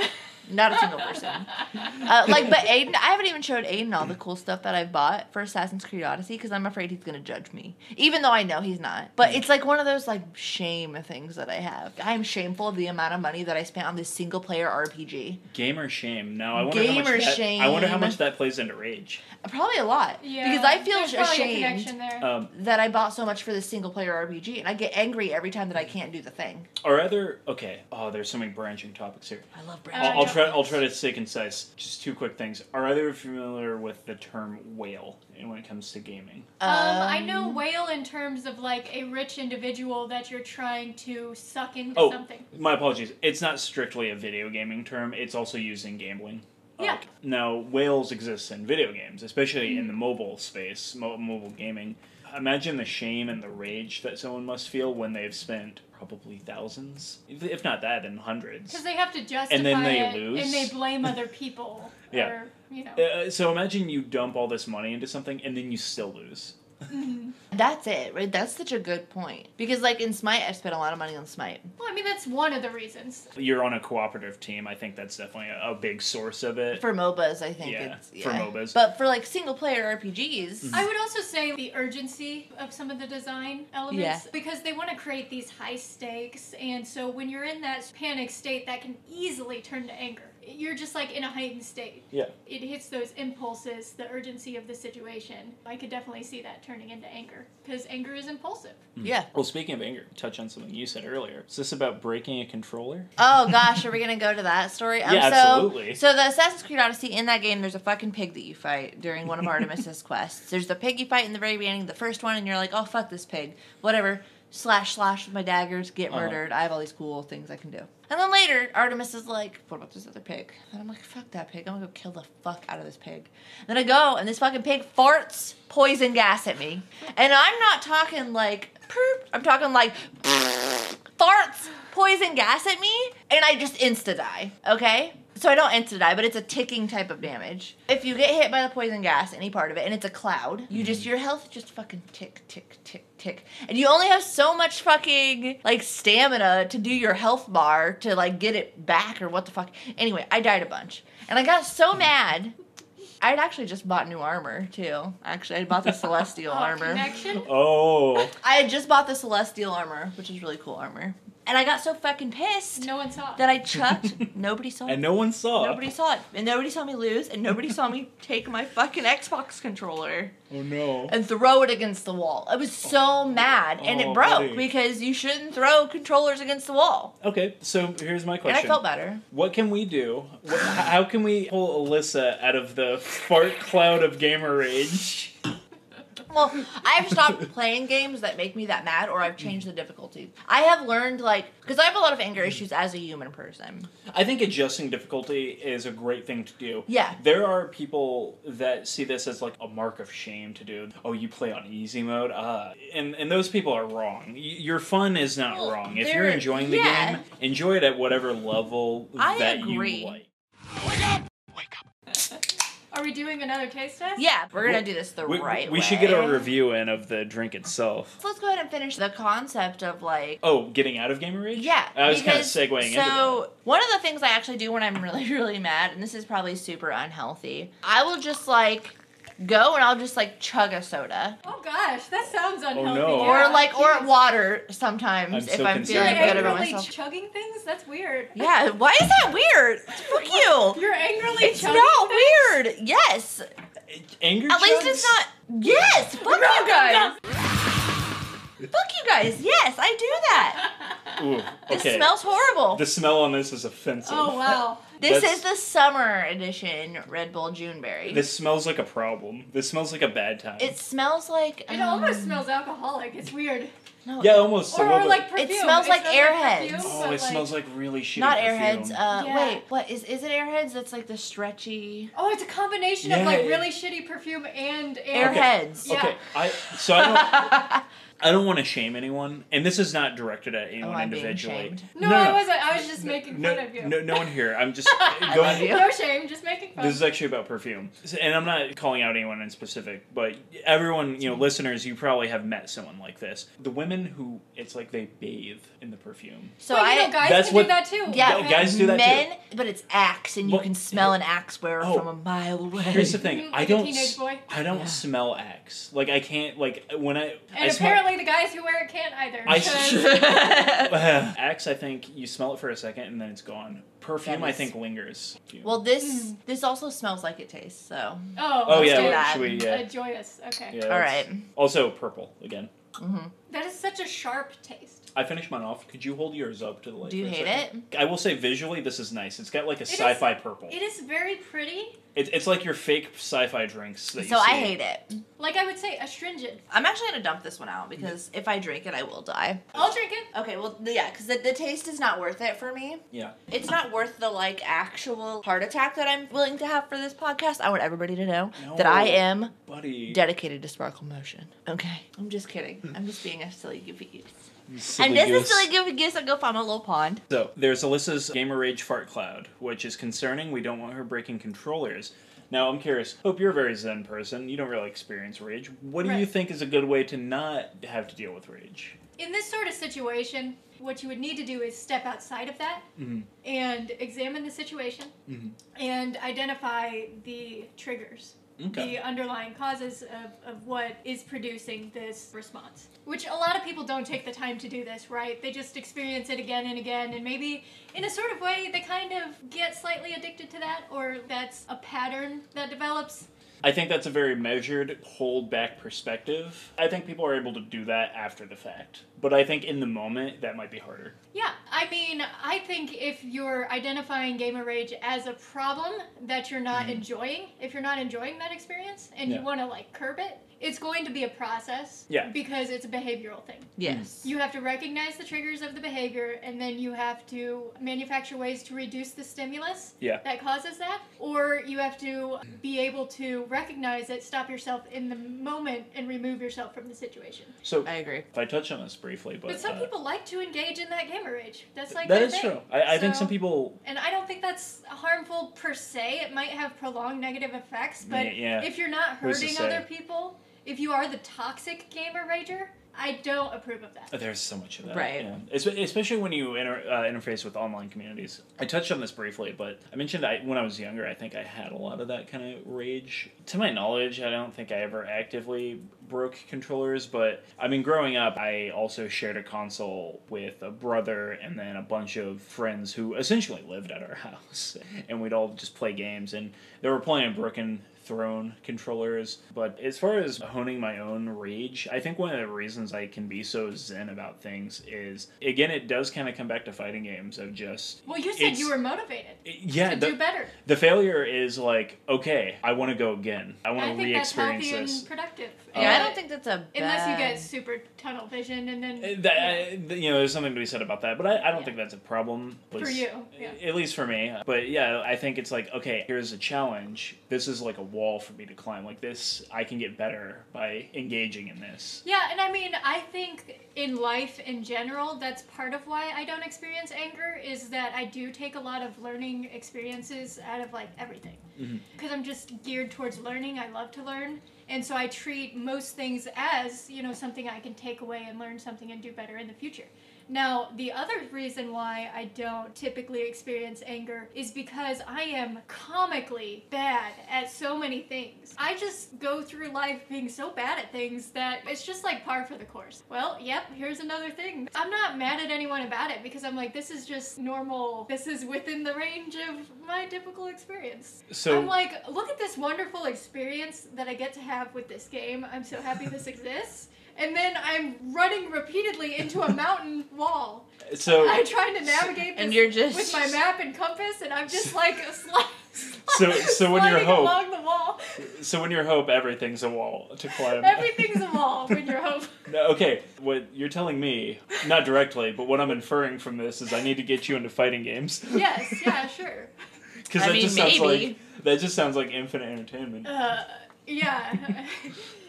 Speaker 3: Not a single person. Uh, like, but Aiden, I haven't even showed Aiden all the cool stuff that I've bought for Assassin's Creed Odyssey because I'm afraid he's gonna judge me, even though I know he's not. But it's like one of those like shame things that I have. I am shameful of the amount of money that I spent on this single player RPG.
Speaker 4: Gamer shame. Now I wonder how
Speaker 3: Gamer
Speaker 4: much that, I wonder how
Speaker 3: shame.
Speaker 4: much that plays into rage.
Speaker 3: Probably a lot
Speaker 2: Yeah.
Speaker 3: because I feel
Speaker 2: There's probably a
Speaker 3: ashamed
Speaker 2: connection there.
Speaker 4: Um,
Speaker 3: that I bought so much for this single player RPG, and I get angry every time that I can't do the thing.
Speaker 4: are other okay? Oh, there's so many branching topics here.
Speaker 3: I love
Speaker 2: Uh,
Speaker 3: branching.
Speaker 4: I'll, I'll try. I'll try to stay concise. Just two quick things. Are either familiar with the term whale and when it comes to gaming?
Speaker 2: um, I know whale in terms of like a rich individual that you're trying to suck into
Speaker 4: Oh,
Speaker 2: something.
Speaker 4: my apologies. It's not strictly a video gaming term. It's also used in gambling. Um,
Speaker 2: Yeah.
Speaker 4: now whales exist in video games, especially
Speaker 2: Mm.
Speaker 4: in the mobile space, mo- mobile gaming. Imagine the shame and the rage that someone must feel when they've spent probably thousands, if- if not that, then hundreds.
Speaker 2: Because they have to justify
Speaker 4: then they
Speaker 2: it,
Speaker 4: lose.
Speaker 2: and they blame other people.
Speaker 4: Yeah.
Speaker 2: Or, you know.
Speaker 4: Uh, so imagine you dump all this money into something and then you still lose.
Speaker 3: That's it, right? That's such a good point. Because like in Smite, I've spent a lot of money on Smite.
Speaker 2: Well, I mean that's one of the reasons.
Speaker 4: You're on a cooperative team. I think that's definitely a, a big source of it.
Speaker 3: For MOBAs, I think
Speaker 4: Yeah,
Speaker 3: it's
Speaker 4: for MOBAs.
Speaker 3: But for like single player RPGs,
Speaker 2: I would also say the urgency of some of the design elements
Speaker 3: Yeah.
Speaker 2: because they want to create these high stakes, and so when you're in that panic state, that can easily turn to anger. You're just like in a heightened state.
Speaker 4: yeah.
Speaker 2: It hits those impulses, the urgency of the situation. I could definitely see that turning into anger because anger is impulsive.
Speaker 3: yeah.
Speaker 4: Well, speaking of anger, touch on something you said earlier. Is this about breaking a controller?
Speaker 3: Oh gosh, are we gonna go to that story? Um,
Speaker 4: Yeah,
Speaker 3: so,
Speaker 4: absolutely.
Speaker 3: So the Assassin's Creed Odyssey in that game, there's a fucking pig that you fight during one of Artemis's quests. There's the pig you fight in the very beginning, the first one, and you're like, oh fuck this pig, whatever. Slash slash with my daggers, get
Speaker 4: Uh-huh.
Speaker 3: murdered. I have all these cool things I can do. And then later, Artemis is like, what about this other pig? And I'm like, fuck that pig. I'm gonna go kill the fuck out of this pig. then I go, and this fucking pig farts poison gas at me. And I'm not talking like, "Perp." I'm talking like, farts poison gas at me and I just insta die. Okay? So I don't instant die, but it's a ticking type of damage. If you get hit by the poison gas, any part of it, and it's a cloud, you just your health just fucking tick, tick, tick, tick, and you only have so much fucking like stamina to do your health bar to like get it back or what the fuck. Anyway, I died a bunch, and I got so mad. I'd actually just bought new armor too. Actually, I bought the celestial
Speaker 2: Oh,
Speaker 3: armor.
Speaker 2: Connection?
Speaker 4: Oh,
Speaker 3: I had just bought the celestial armor, which is really cool armor, and I got so fucking pissed
Speaker 2: No one saw. it.
Speaker 3: that I chucked. Nobody saw.
Speaker 4: and no one saw.
Speaker 3: Nobody saw it, and nobody saw me lose, and nobody saw me take my fucking Xbox controller
Speaker 4: Oh no.
Speaker 3: and throw it against the wall. I was so mad, and
Speaker 4: Oh,
Speaker 3: it broke
Speaker 4: buddy.
Speaker 3: because you shouldn't throw controllers against the wall.
Speaker 4: Okay, so here's my
Speaker 3: And
Speaker 4: question.
Speaker 3: I felt better.
Speaker 4: What can we do? Wh- h- how can we pull Alyssa out of the fart cloud of gamer rage?
Speaker 3: Well, I've stopped playing games that make me that mad, or I've changed the difficulty.
Speaker 4: Mm.
Speaker 3: I have learned, like, because I have a lot of anger issues as a human person.
Speaker 4: I think adjusting difficulty is a great thing to do.
Speaker 3: Yeah.
Speaker 4: There are people that see this as like a mark of shame to do. Oh, you play on easy mode? Ah. And and those people are wrong. Y- your fun is not
Speaker 3: Well,
Speaker 4: wrong. If
Speaker 3: they're-
Speaker 4: you're enjoying the
Speaker 3: yeah.
Speaker 4: game, enjoy it at whatever level
Speaker 3: I
Speaker 4: that
Speaker 3: agree.
Speaker 4: you like.
Speaker 2: Are we doing another taste test?
Speaker 3: Yeah, we're gonna
Speaker 4: We-
Speaker 3: do this the
Speaker 4: We,
Speaker 3: right way.
Speaker 4: we should get a review in of the drink itself.
Speaker 3: So let's go ahead and finish the concept of like
Speaker 4: Oh, getting out of gamer rage?
Speaker 3: Yeah.
Speaker 4: I was kind of
Speaker 3: because-
Speaker 4: segueing
Speaker 3: so,
Speaker 4: into that.
Speaker 3: one of the things I actually do when I'm really, really mad, and this is probably super unhealthy, I will just like go and I'll just like chug a soda.
Speaker 2: Oh gosh, that sounds unhealthy.
Speaker 4: no.
Speaker 2: yeah.
Speaker 3: Or like or
Speaker 2: Jeez.
Speaker 3: water sometimes
Speaker 4: I'm
Speaker 3: if
Speaker 4: so
Speaker 3: I'm
Speaker 4: concerned
Speaker 3: feeling
Speaker 2: Like
Speaker 4: about
Speaker 3: good
Speaker 4: it.
Speaker 3: about
Speaker 2: angrily
Speaker 3: myself.
Speaker 2: chugging things? That's weird.
Speaker 3: yeah, why is that weird? Fuck you.
Speaker 2: You're angrily
Speaker 3: It's
Speaker 2: chugging.
Speaker 3: not
Speaker 2: things?
Speaker 3: weird. Yes.
Speaker 4: Anger
Speaker 3: At least it's
Speaker 4: chugs?
Speaker 3: not Yes! Fuck you guys. Fuck you guys. Yes, I do that.
Speaker 4: Ooh,
Speaker 3: This
Speaker 4: okay.
Speaker 3: smells horrible.
Speaker 4: The smell on this is offensive.
Speaker 2: Oh wow.
Speaker 3: This
Speaker 4: That's-
Speaker 3: is the summer edition Red Bull Juneberry.
Speaker 4: This smells like a problem. This smells like a bad time.
Speaker 3: it smells like
Speaker 2: It
Speaker 3: um,
Speaker 2: almost smells alcoholic. It's weird.
Speaker 3: no,
Speaker 4: yeah,
Speaker 3: it-
Speaker 4: almost. a
Speaker 2: or,
Speaker 4: little
Speaker 2: or
Speaker 4: bit.
Speaker 2: like perfume.
Speaker 3: smells like Airheads.
Speaker 2: perfume,
Speaker 4: Oh,
Speaker 2: but,
Speaker 4: it
Speaker 2: like-
Speaker 4: smells like really shitty.
Speaker 3: not
Speaker 4: perfume.
Speaker 3: Airheads. Uh,
Speaker 2: Yeah.
Speaker 3: wait, what is is it Airheads? That's like the stretchy
Speaker 2: Oh, it's a combination
Speaker 4: Yeah,
Speaker 2: of like
Speaker 4: it-
Speaker 2: really shitty perfume and air.
Speaker 3: Airheads.
Speaker 2: Yeah.
Speaker 4: Okay, I so I don't I don't want to shame anyone, and this is not directed at anyone
Speaker 3: Oh, I'm being
Speaker 4: individually.
Speaker 3: shamed.
Speaker 2: No, I wasn't. I was just making
Speaker 4: No,
Speaker 2: fun of you.
Speaker 4: no, no one here. I'm just
Speaker 3: love
Speaker 4: going.
Speaker 3: you.
Speaker 2: No shame, just making fun.
Speaker 4: This is actually about perfume, S- and I'm not calling out anyone in specific, but everyone, you know, listeners, you probably have met someone like this. The women who it's like they bathe in the perfume.
Speaker 3: So
Speaker 2: But,
Speaker 3: I
Speaker 2: you know, guys
Speaker 4: That's
Speaker 2: can
Speaker 4: what-
Speaker 2: do that too.
Speaker 3: yeah,
Speaker 4: Gu- guys do that too.
Speaker 3: men, but it's axe, and you
Speaker 4: Well,
Speaker 3: can smell an axe bearer
Speaker 4: oh,
Speaker 3: from a mile away.
Speaker 4: Here's the thing.
Speaker 2: Mhm,
Speaker 4: I
Speaker 2: like a
Speaker 4: don't.
Speaker 2: teenage
Speaker 4: s-
Speaker 2: boy.
Speaker 4: I don't
Speaker 3: Yeah.
Speaker 4: smell Axe. Like I can't. Like when I. I
Speaker 2: And apparently the guys who wear it can't either.
Speaker 4: I-
Speaker 2: because-
Speaker 4: smell, Axe. I think you smell it for a second and then it's gone. Perfume.
Speaker 3: That
Speaker 4: I
Speaker 3: is-
Speaker 4: think lingers.
Speaker 3: well,
Speaker 2: Hmm.
Speaker 3: this this also smells like it tastes. So
Speaker 2: oh,
Speaker 4: Oh
Speaker 2: let's
Speaker 4: yeah.
Speaker 2: do
Speaker 4: well,
Speaker 2: that.
Speaker 4: Should we?
Speaker 2: Uh,
Speaker 4: Yeah.
Speaker 2: joyous. Okay.
Speaker 4: yeah
Speaker 3: all
Speaker 4: that's-
Speaker 3: right,
Speaker 4: Also purple again.
Speaker 2: That is such a sharp taste.
Speaker 4: I finished mine off. Could you hold yours up to the light?
Speaker 3: do you
Speaker 4: for a
Speaker 3: hate
Speaker 4: second?
Speaker 3: it?
Speaker 4: I will say visually, this is nice. It's got like a
Speaker 2: is-
Speaker 4: sci-fi purple.
Speaker 2: It is very pretty.
Speaker 4: It- it's like your fake sci-fi drinks that you
Speaker 3: So I
Speaker 4: see.
Speaker 3: hate it.
Speaker 2: Like I would say astringent.
Speaker 3: I'm actually gonna dump this one out because if I drink it, I will die.
Speaker 2: I'll drink it.
Speaker 3: Okay, well, yeah, because the, the taste is not worth it for me.
Speaker 4: Yeah.
Speaker 3: It's not worth the like actual heart attack that I'm willing to have for this podcast. I want everybody to know that I
Speaker 4: No.
Speaker 3: am
Speaker 4: Buddy.
Speaker 3: dedicated to sparkle motion. Okay, Hmm. I'm just kidding. I'm just being a silly goofy goose.
Speaker 4: Silly
Speaker 3: and this
Speaker 4: goose.
Speaker 3: is silly goofy goose. I'll go find my little pond.
Speaker 4: So there's Alyssa's gamer rage fart cloud, which is concerning. We don't want her breaking controllers. Now I'm curious. Hope you're a very zen person. You don't really experience rage. What do you
Speaker 2: Right.
Speaker 4: think is a good way to not have to deal with rage?
Speaker 2: In this sort of situation, what you would need to do is step outside of that
Speaker 4: Mhm.
Speaker 2: and examine the situation
Speaker 4: Mhm.
Speaker 2: and identify the triggers.
Speaker 4: Okay.
Speaker 2: The underlying causes of, of what is producing this response. Which a lot of people don't take the time to do this, right? They just experience it again and again, and maybe in a sort of way they kind of get slightly addicted to that, or that's a pattern that develops.
Speaker 4: I think that's a very measured, hold back perspective. I think people are able to do that after the fact, but I think in the moment that might be harder.
Speaker 2: Yeah, I mean, I think if you're identifying gamer rage as a problem that you're not enjoying, if you're not enjoying that experience and
Speaker 4: Mm-hmm. Yeah.
Speaker 2: you want to like curb it, it's going to be a process.
Speaker 4: Yeah.
Speaker 2: Because it's a behavioral thing.
Speaker 3: Yes.
Speaker 2: You have to recognize the triggers of the behavior, and then you have to manufacture ways to reduce the stimulus
Speaker 4: Yeah.
Speaker 2: that causes that, or you have to be able to recognize it, stop yourself in the moment, and remove yourself from the situation.
Speaker 4: So
Speaker 3: I agree.
Speaker 4: if I touch on this briefly, but,
Speaker 2: But some
Speaker 4: uh,
Speaker 2: people like to engage in that gamer rage. That's like
Speaker 4: that
Speaker 2: their
Speaker 4: is
Speaker 2: thing.
Speaker 4: true. I, I think
Speaker 2: So-
Speaker 4: some people
Speaker 2: And I don't think that's harmful per se. It might have prolonged negative effects, but
Speaker 4: Yeah, yeah.
Speaker 2: if you're not
Speaker 4: Who's to
Speaker 2: hurting
Speaker 4: say?
Speaker 2: other people, if you are the toxic gamer rager, I don't approve of that.
Speaker 4: There's so much of that,
Speaker 3: Right.
Speaker 4: yeah. Es- Especially when you inter- uh, interface with online communities. I touched on this briefly, but I mentioned I, when I was younger, I think I had a lot of that kind of rage. To my knowledge, I don't think I ever actively broke controllers, but I mean, growing up, I also shared a console with a brother and then a bunch of friends who essentially lived at our house, and we'd all just play games, and they were playing Broken Throne controllers. But as far as honing my own rage, I think one of the reasons I can be so zen about things is again, it does kind of come back to fighting games of just.
Speaker 2: Well, you said
Speaker 4: it's-
Speaker 2: you were motivated
Speaker 4: Yeah,
Speaker 2: to
Speaker 4: the,
Speaker 2: do better.
Speaker 4: the failure is like, okay, I want to go again. I want
Speaker 2: I
Speaker 4: to
Speaker 2: think
Speaker 4: re
Speaker 2: that's
Speaker 4: experience
Speaker 2: healthy
Speaker 4: this.
Speaker 2: and productive.
Speaker 3: yeah, I
Speaker 4: uh,
Speaker 3: don't think that's a
Speaker 2: unless you
Speaker 3: bad-
Speaker 2: get super tunnel vision and then
Speaker 4: Uh, That, uh, th- you know, there's something to be said about that, but I, I don't
Speaker 2: Yeah.
Speaker 4: think that's a problem. at
Speaker 2: For
Speaker 4: least-
Speaker 2: you, yeah.
Speaker 4: At least for me. But yeah, I think it's like, okay, here's a challenge. This is like a wall for me to climb. Like this, I can get better by engaging in this.
Speaker 2: Yeah, and I mean, I think in life in general, that's part of why I don't experience anger is that I do take a lot of learning experiences out of like everything. Because I'm just geared towards learning. I love to learn. And so I treat most things as, you know, something I can take away and learn something and do better in the future. Now, the other reason why I don't typically experience anger is because I am comically bad at so many things. I just go through life being so bad at things that it's just like par for the course. Well, yep, here's another thing. I'm not mad at anyone about it because I'm like, this is just normal. This is within the range of my typical experience.
Speaker 4: So-
Speaker 2: I'm like, look at this wonderful experience that I get to have with this game. I'm so happy this exists. And then I'm running repeatedly into a mountain wall.
Speaker 4: So
Speaker 2: I'm trying to navigate this
Speaker 3: And you're just-
Speaker 2: with my map and compass, and I'm just like a slide.
Speaker 4: So- so when you're hope-
Speaker 2: along the wall,
Speaker 4: So when you're hope, everything's a wall to climb.
Speaker 2: everything's a wall when you're hope.
Speaker 4: No, okay, what you're telling me, not directly, but what I'm inferring from this is I need to get you into fighting games.
Speaker 2: Yes, yeah, sure.
Speaker 4: Because
Speaker 3: I
Speaker 4: that
Speaker 3: mean,
Speaker 4: just sounds
Speaker 3: maybe.
Speaker 4: like that just sounds like infinite entertainment.
Speaker 2: Uh, yeah,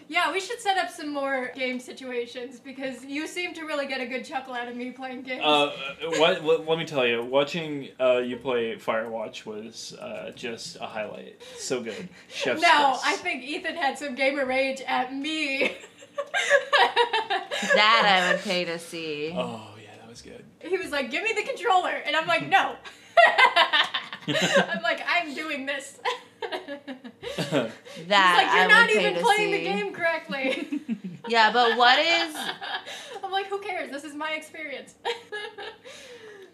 Speaker 2: yeah. We should set up some more game situations because you seem to really get a good chuckle out of me playing games.
Speaker 4: Uh, what, let, let me tell you, watching uh, you play Firewatch was uh, just a highlight. So good, Chef's
Speaker 2: no,
Speaker 4: kiss.
Speaker 2: I think Ethan had some gamer rage at me.
Speaker 3: that I would pay to see.
Speaker 4: Oh yeah, that was good.
Speaker 2: he was like, "Give me the controller," and I'm like, "No." I'm like, "I'm doing this." He's
Speaker 3: That
Speaker 2: like, "You're
Speaker 3: I
Speaker 2: not
Speaker 3: would pay
Speaker 2: even
Speaker 3: to
Speaker 2: playing the
Speaker 3: see."
Speaker 2: game correctly."
Speaker 3: Yeah, but what is?
Speaker 2: I'm like, "Who cares? This is my experience."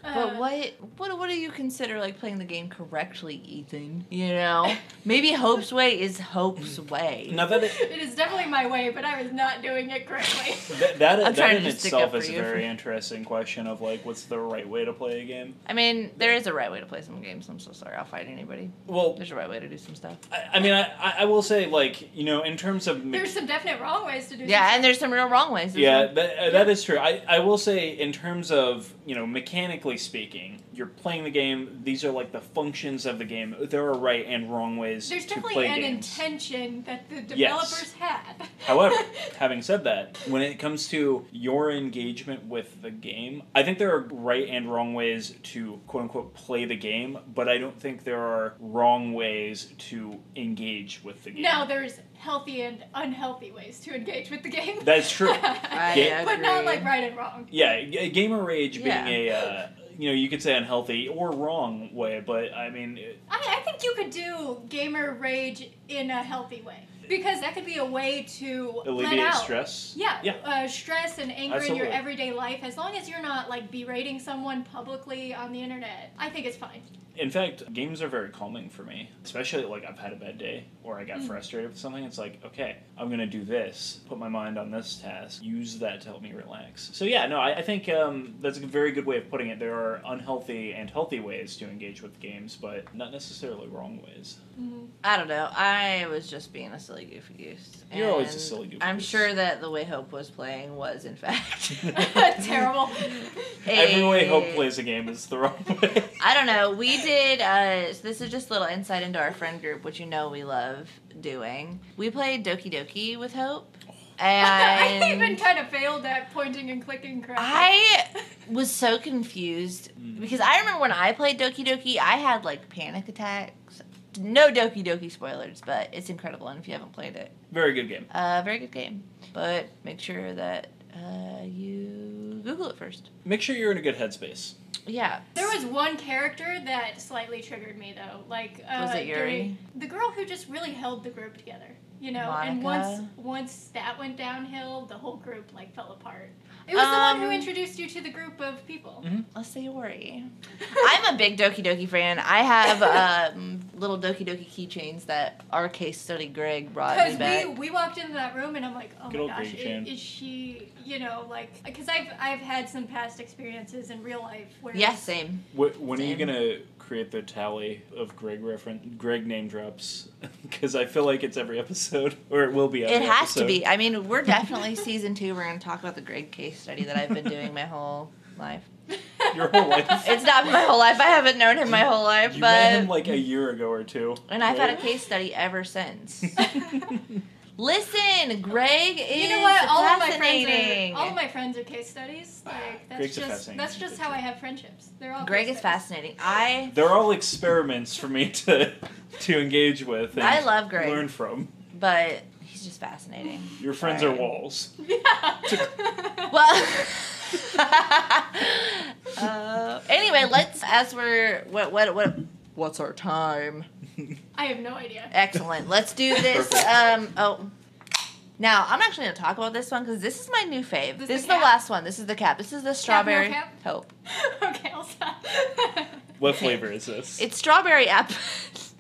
Speaker 3: But
Speaker 2: Uh,
Speaker 3: what what what do you consider like playing the game correctly, Ethan? You know, maybe Hope's way is Hope's way.
Speaker 4: Now that it,
Speaker 2: It is definitely my way, but I was not doing it correctly.
Speaker 4: that that,
Speaker 3: I'm
Speaker 4: that
Speaker 3: trying
Speaker 4: in
Speaker 3: to just stick
Speaker 4: itself
Speaker 3: up for
Speaker 4: is a
Speaker 3: you.
Speaker 4: very interesting question of like, what's the right way to play a game?
Speaker 3: I mean, there is a right way to play some games. I'm so sorry. I'll fight anybody.
Speaker 4: Well,
Speaker 3: There's a right way to do some stuff.
Speaker 4: I, I mean, I, I- I will say like you know in terms of me-
Speaker 2: There's some definite wrong ways to do.
Speaker 3: Yeah,
Speaker 2: this.
Speaker 3: and there's some real wrong ways. isn't
Speaker 4: Yeah,
Speaker 3: there?
Speaker 4: that, uh, that is true. I, I will say, in terms of, you know, mechanically speaking, you're playing the game, these are like the functions of the game. There are right and wrong ways
Speaker 2: There's
Speaker 4: to
Speaker 2: definitely
Speaker 4: play
Speaker 2: an
Speaker 4: games.
Speaker 2: intention that the
Speaker 4: Yes.
Speaker 2: developers had.
Speaker 4: However, having said that, when it comes to your engagement with the game, I think there are right and wrong ways to quote unquote play the game, but I don't think there are wrong ways to engage with the game.
Speaker 2: Now there's healthy and unhealthy ways to engage with the game.
Speaker 4: That's true.
Speaker 3: I
Speaker 4: Yeah.
Speaker 2: but not
Speaker 3: agree.
Speaker 2: like right and wrong.
Speaker 4: Yeah, g- gamer rage being
Speaker 3: Yeah.
Speaker 4: a uh, you know you could say unhealthy or wrong way, but I mean, it-
Speaker 2: I, I think you could do gamer rage in a healthy way because that could be a way to let
Speaker 4: alleviate
Speaker 2: out.
Speaker 4: stress.
Speaker 2: Yeah,
Speaker 4: yeah.
Speaker 2: Uh, stress and anger in
Speaker 4: Absolutely.
Speaker 2: your everyday life. As long as you're not like berating someone publicly on the internet, I think it's fine.
Speaker 4: In fact, games are very calming for me, especially like I've had a bad day or I got frustrated with something. It's like, okay, I'm going to do this, put my mind on this task, use that to help me relax. So, yeah, no, I, I think um, that's a very good way of putting it. There are unhealthy and healthy ways to engage with games, but not necessarily wrong ways.
Speaker 3: I don't know. I was just being a silly goofy goose.
Speaker 4: You're always a
Speaker 3: And
Speaker 4: silly goofy
Speaker 3: I'm
Speaker 4: goose.
Speaker 3: sure that the way Hope was playing was in fact.
Speaker 2: Terrible.
Speaker 4: Every way Hope
Speaker 3: a-
Speaker 4: plays a game is the wrong way.
Speaker 3: I don't know. We did. Uh, so this is just a little insight into our friend group, which you know we love doing. We played Doki Doki with Hope, and
Speaker 2: I even kind of failed at pointing and clicking correctly.
Speaker 3: I was so confused because I remember when I played Doki Doki, I had like panic attacks. No Doki Doki spoilers, but it's incredible, and if you haven't played it,
Speaker 4: very good game.
Speaker 3: uh, very good game. But make sure that uh, you Google it first.
Speaker 4: Make sure you're in a good headspace.
Speaker 3: Yeah,
Speaker 2: There was one character that slightly triggered me though. Like uh,
Speaker 3: Was it Yuri?
Speaker 2: during- The girl who just really held the group together. You know, and once
Speaker 3: Monica?
Speaker 2: once that went downhill, the whole group like fell apart. It was the one who
Speaker 3: Um, Mm,
Speaker 2: introduced you to the group of people.
Speaker 3: Let's say Ori. I'm a big Doki Doki fan. I have um, little Doki Doki keychains that our case study Greg brought me
Speaker 2: Because
Speaker 3: back.
Speaker 2: we, we walked into that room and I'm like, oh
Speaker 4: Good
Speaker 2: my
Speaker 4: old
Speaker 2: gosh,
Speaker 4: green
Speaker 2: i-
Speaker 4: chin.
Speaker 2: is, she, you know, like, because I've, I've had some past experiences in real life where.
Speaker 3: yeah, same.
Speaker 4: Wh- When are you
Speaker 3: Same.
Speaker 4: gonna create the tally of Greg reference, Greg name drops? Because I feel like it's every episode, or it will be. Every
Speaker 3: It has to
Speaker 4: episode.
Speaker 3: be. I mean, we're definitely season two. We're going to talk about the Greg case study that I've been doing my whole life.
Speaker 4: your whole life.
Speaker 3: It's not my whole life. I haven't known him my whole life,
Speaker 4: you met him
Speaker 3: but
Speaker 4: like a year ago or two.
Speaker 3: and I've had a
Speaker 4: right?
Speaker 3: case study ever since. Listen, Greg is
Speaker 2: You know what? All of my friends
Speaker 3: fascinating.
Speaker 2: are all of my friends are case studies. Like that's
Speaker 4: Greg's a
Speaker 2: just
Speaker 4: fascinating
Speaker 2: that's just how I have friendships. They're all
Speaker 3: Greg
Speaker 2: case
Speaker 3: is
Speaker 2: studies.
Speaker 3: fascinating. I
Speaker 4: They're all experiments for me to to engage with. And
Speaker 3: I love Greg.
Speaker 4: Learn from
Speaker 3: but he's just fascinating.
Speaker 4: your friends
Speaker 3: Sorry.
Speaker 4: are walls.
Speaker 3: Well, uh, anyway, let's as we're what what what what's our time?
Speaker 2: I have no idea.
Speaker 3: Excellent. Let's do this.
Speaker 4: Perfect.
Speaker 3: Um. Oh. Now I'm actually gonna talk about this one because this is my new fave.
Speaker 2: This
Speaker 3: This,
Speaker 2: the
Speaker 3: is the
Speaker 2: cap?
Speaker 3: last one. This is the cap. This is the strawberry
Speaker 2: cap?
Speaker 3: hope.
Speaker 2: okay, I'll stop.
Speaker 4: What flavor is this?
Speaker 3: It's strawberry apple.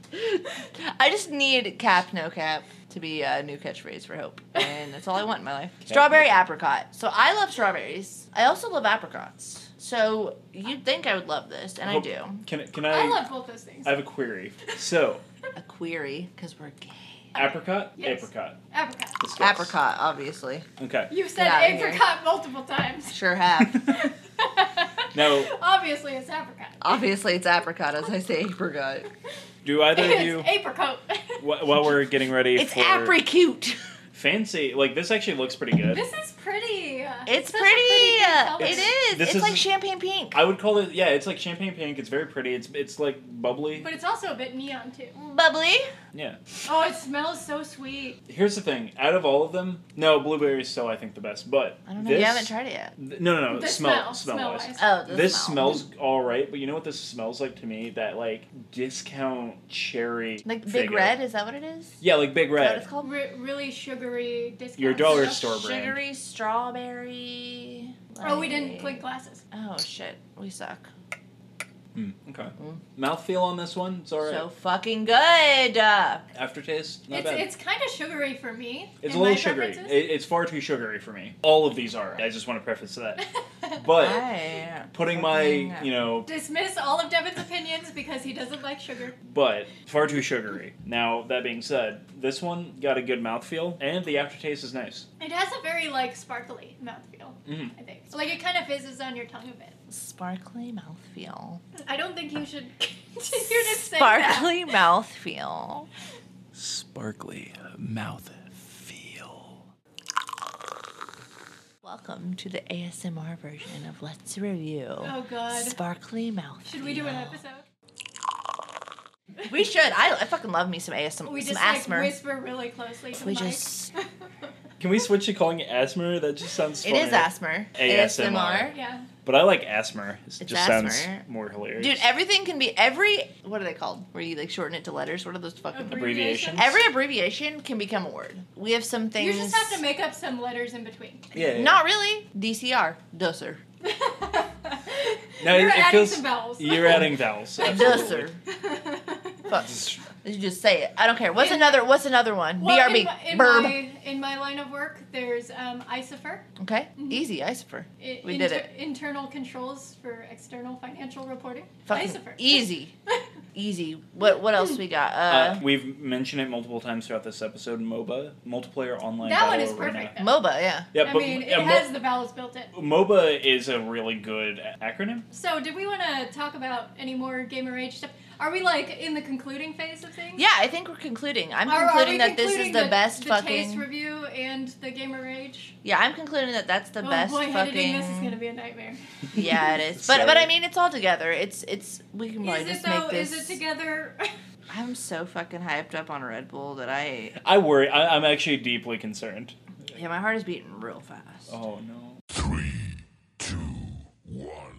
Speaker 3: I just need cap no cap to be a new catchphrase for hope, and that's all I want in my life. strawberry apricot. So I love strawberries. I also love apricots. So you'd think I would love this, and I
Speaker 4: Hope-
Speaker 3: do.
Speaker 4: Can can I?
Speaker 2: I love both those things.
Speaker 4: I have a query. So,
Speaker 3: A query because we're gay.
Speaker 4: apricot,
Speaker 2: Yes.
Speaker 4: apricot.
Speaker 2: Apricot.
Speaker 4: Discuss.
Speaker 3: Apricot, obviously,
Speaker 4: Okay.
Speaker 2: You've said
Speaker 3: Get outta here.
Speaker 2: apricot multiple times.
Speaker 3: sure have.
Speaker 4: Now-
Speaker 2: Obviously, it's apricot.
Speaker 3: obviously, it's apricot as I say apricot.
Speaker 4: Do either of you?
Speaker 2: It's apricot.
Speaker 4: wh- while we're getting ready
Speaker 3: It's
Speaker 4: for
Speaker 3: apricot.
Speaker 4: fancy, like this actually looks pretty good.
Speaker 2: this is pretty.
Speaker 3: It's
Speaker 2: such a
Speaker 3: pretty.
Speaker 2: pink
Speaker 3: uh,
Speaker 2: color.
Speaker 3: It
Speaker 4: It's-
Speaker 3: is.
Speaker 4: this
Speaker 3: It's
Speaker 4: is-
Speaker 3: like champagne pink.
Speaker 4: I would call it yeah, it's like champagne pink. It's very pretty. It's it's like bubbly.
Speaker 2: But it's also a bit neon too.
Speaker 3: Bubbly.
Speaker 4: Yeah.
Speaker 2: Oh, it smells so sweet.
Speaker 4: Here's the thing. Out of all of them, no blueberry is still I think the best. But
Speaker 3: I don't know.
Speaker 4: This,
Speaker 3: You haven't tried it yet.
Speaker 4: th- no, no, no.
Speaker 2: The
Speaker 4: Oh,
Speaker 2: smell,
Speaker 4: smell, smell,
Speaker 2: smell
Speaker 4: wise.
Speaker 2: wise.
Speaker 3: Oh, the
Speaker 4: This
Speaker 3: smell.
Speaker 4: smells all right, but you know what this smells like to me? That like discount cherry.
Speaker 3: Like Big
Speaker 4: figure.
Speaker 3: Red, is that what it is?
Speaker 4: Yeah, like big
Speaker 3: Is that what
Speaker 4: red.
Speaker 3: it's called?
Speaker 2: Re- really sugary discount.
Speaker 4: Your dollar store brand.
Speaker 3: Sugary strawberry.
Speaker 2: Oh, we didn't
Speaker 3: like-
Speaker 2: clink glasses.
Speaker 3: Oh shit, we suck.
Speaker 4: Mm, okay. Mouthfeel on this one, it's all right.
Speaker 3: So fucking good. Uh,
Speaker 4: Aftertaste, not
Speaker 2: it's
Speaker 4: bad.
Speaker 2: it's kind of sugary for me.
Speaker 4: It's a
Speaker 2: in
Speaker 4: little
Speaker 2: my
Speaker 4: sugary. It,
Speaker 2: preferences.
Speaker 4: it's far too sugary for me. All of these are. I just want to preface that. But
Speaker 3: I
Speaker 4: putting my,
Speaker 3: fucking-
Speaker 4: you know,
Speaker 2: Dismiss all of Devin's opinions because he doesn't like sugar.
Speaker 4: but far too sugary. Now, that being said, this one got a good mouthfeel, and the aftertaste is nice.
Speaker 2: It has a very like sparkly mouthfeel.
Speaker 4: Mhm.
Speaker 2: I think like it kind of fizzes on your tongue a bit.
Speaker 3: sparkly mouthfeel.
Speaker 2: I don't think you should continue to say that.
Speaker 3: Sparkly mouthfeel.
Speaker 4: Sparkly mouth feel.
Speaker 3: Welcome to the ASMR version of Let's Review.
Speaker 2: Oh god.
Speaker 3: Sparkly mouth.
Speaker 2: should we do an episode?
Speaker 3: We should. I, I fucking love me some ASMR.
Speaker 2: We
Speaker 3: some
Speaker 2: just
Speaker 3: asthma.
Speaker 2: like whisper really closely to
Speaker 3: we
Speaker 2: the mic.
Speaker 3: just.
Speaker 4: Can we switch to calling it asthma? That just sounds
Speaker 3: It is
Speaker 4: funnier.
Speaker 3: asthma.
Speaker 4: ASMR.
Speaker 2: Yeah.
Speaker 4: But I like asthma. It just
Speaker 3: asthma.
Speaker 4: sounds more hilarious.
Speaker 3: Dude, everything can be every. What are they called? Where you like shorten it to letters? What are those fucking?
Speaker 4: Abbreviations.
Speaker 3: Every abbreviation can become a word. We have some
Speaker 2: You
Speaker 3: things.
Speaker 2: just have to make up some letters in between.
Speaker 4: yeah, yeah, yeah.
Speaker 3: Not really. DCR. Doser.
Speaker 4: No,
Speaker 2: You're
Speaker 4: it, it
Speaker 2: adding
Speaker 4: feels,
Speaker 2: some vowels.
Speaker 4: You're adding vowels.
Speaker 3: Just sir. Fuck.
Speaker 4: Just-
Speaker 3: You just say it. I don't care. What's
Speaker 2: In-
Speaker 3: another? What's another one?
Speaker 2: Well,
Speaker 3: BRB.
Speaker 2: In my, in,
Speaker 3: Burb.
Speaker 2: my, in my line of work, there's um, ICIFR.
Speaker 3: okay.
Speaker 2: Mm-hmm.
Speaker 3: Easy. Isofer.
Speaker 2: i-
Speaker 3: We did
Speaker 2: inter-
Speaker 3: it.
Speaker 2: Internal controls for external financial reporting.
Speaker 3: Fucking
Speaker 2: ICIFR.
Speaker 3: easy. easy. What What else we got? Uh,
Speaker 4: Uh, we've mentioned it multiple times throughout this episode. MOBA, multiplayer online.
Speaker 2: That one is
Speaker 4: battle arena.
Speaker 2: perfect.
Speaker 3: MOBA. Yeah.
Speaker 4: Yeah,
Speaker 2: I
Speaker 4: but
Speaker 2: mean, it
Speaker 4: yeah, mo-
Speaker 2: has the vowels built in.
Speaker 4: MOBA is a really good a- acronym.
Speaker 2: So, did we want to talk about any more gamer age stuff? Are we like in the concluding phase of things?
Speaker 3: Yeah. I think we're concluding. I'm
Speaker 2: Are- are we
Speaker 3: concluding that this is
Speaker 2: concluding
Speaker 3: the, best
Speaker 2: the
Speaker 3: fucking.
Speaker 2: taste review and the gamer age.
Speaker 3: yeah. I'm concluding that that's the
Speaker 2: oh
Speaker 3: best
Speaker 2: boy,
Speaker 3: fucking.
Speaker 2: editing this is gonna be a nightmare.
Speaker 3: yeah, it is. But but
Speaker 4: Sorry.
Speaker 3: I mean, it's all together. It's it's we can probably
Speaker 2: is it
Speaker 3: just
Speaker 2: though?
Speaker 3: make this.
Speaker 2: Is it together?
Speaker 3: I'm so fucking hyped up on Red Bull that I
Speaker 4: I worry. I, I'm actually deeply concerned.
Speaker 3: yeah my heart is beating real fast.
Speaker 4: Oh no.
Speaker 1: Three, two, one.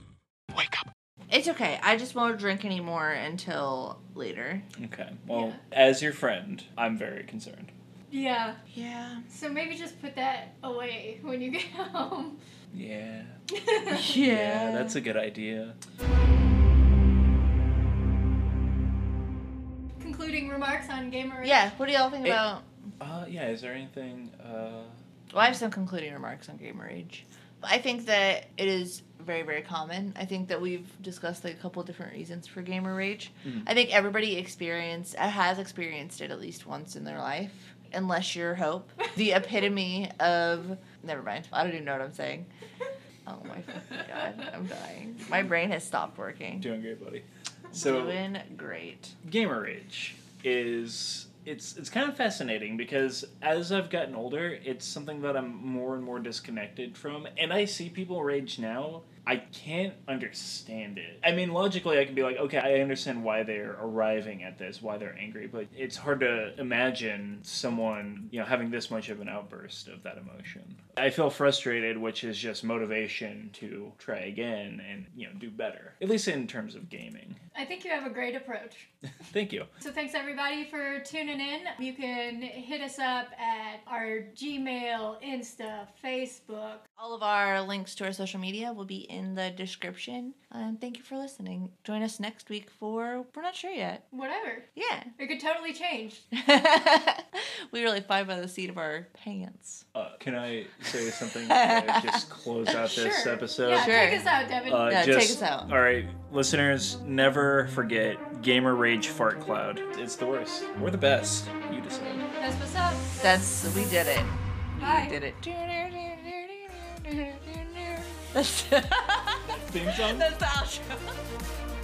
Speaker 3: It's okay. I just won't drink anymore until later.
Speaker 4: Okay. Well, as your friend, I'm very concerned.
Speaker 2: yeah.
Speaker 3: Yeah.
Speaker 2: So maybe just put that away when you get home.
Speaker 4: Yeah.
Speaker 3: Yeah.
Speaker 4: Yeah, that's a good idea.
Speaker 2: Concluding remarks on gamer age.
Speaker 3: yeah. What do y'all think
Speaker 4: It-
Speaker 3: about?
Speaker 4: Uh, yeah. Is there anything? Uh,
Speaker 3: Well, I have some concluding remarks on gamer age. I think that it is very, very common. I think that we've discussed like, a couple different reasons for gamer rage. I think everybody experienced, uh, has experienced it at least once in their life, unless you're Hope, the epitome of. Never mind. I don't even know what I'm saying. Oh my fucking god, I'm dying. My brain has stopped working.
Speaker 4: doing great, buddy. So
Speaker 3: Doing great.
Speaker 4: gamer age is it's it's kind of fascinating because as I've gotten older, it's something that I'm more and more disconnected from, and I see people rage now. I can't understand it. I mean, logically, I can be like, okay, I understand why they're arriving at this, why they're angry, but it's hard to imagine someone, you know, having this much of an outburst of that emotion. I feel frustrated, which is just motivation to try again and, you know, do better, at least in terms of gaming.
Speaker 2: I think you have a great approach.
Speaker 4: Thank you.
Speaker 2: So thanks everybody for tuning in. You can hit us up at our Gmail, Insta, Facebook.
Speaker 3: All of our links to our social media will be in the description. And thank you for listening. Join us next week for we're not sure yet.
Speaker 2: Whatever.
Speaker 3: Yeah.
Speaker 2: It could totally change.
Speaker 3: we really fly by the seat of our pants.
Speaker 4: Uh, can I say something to just close out this
Speaker 2: Sure.
Speaker 4: episode?
Speaker 2: Yeah,
Speaker 3: Sure.
Speaker 2: take us out, Devin.
Speaker 4: Uh,
Speaker 3: Yeah,
Speaker 4: just,
Speaker 3: take us out.
Speaker 4: All right, listeners, never forget Gamer Rage Fart Cloud. It's the worst. We're the best. You decide.
Speaker 2: That's what's up.
Speaker 3: That's we did it.
Speaker 2: Bye.
Speaker 3: We did it. That's,
Speaker 4: Theme song?
Speaker 3: that's the outro.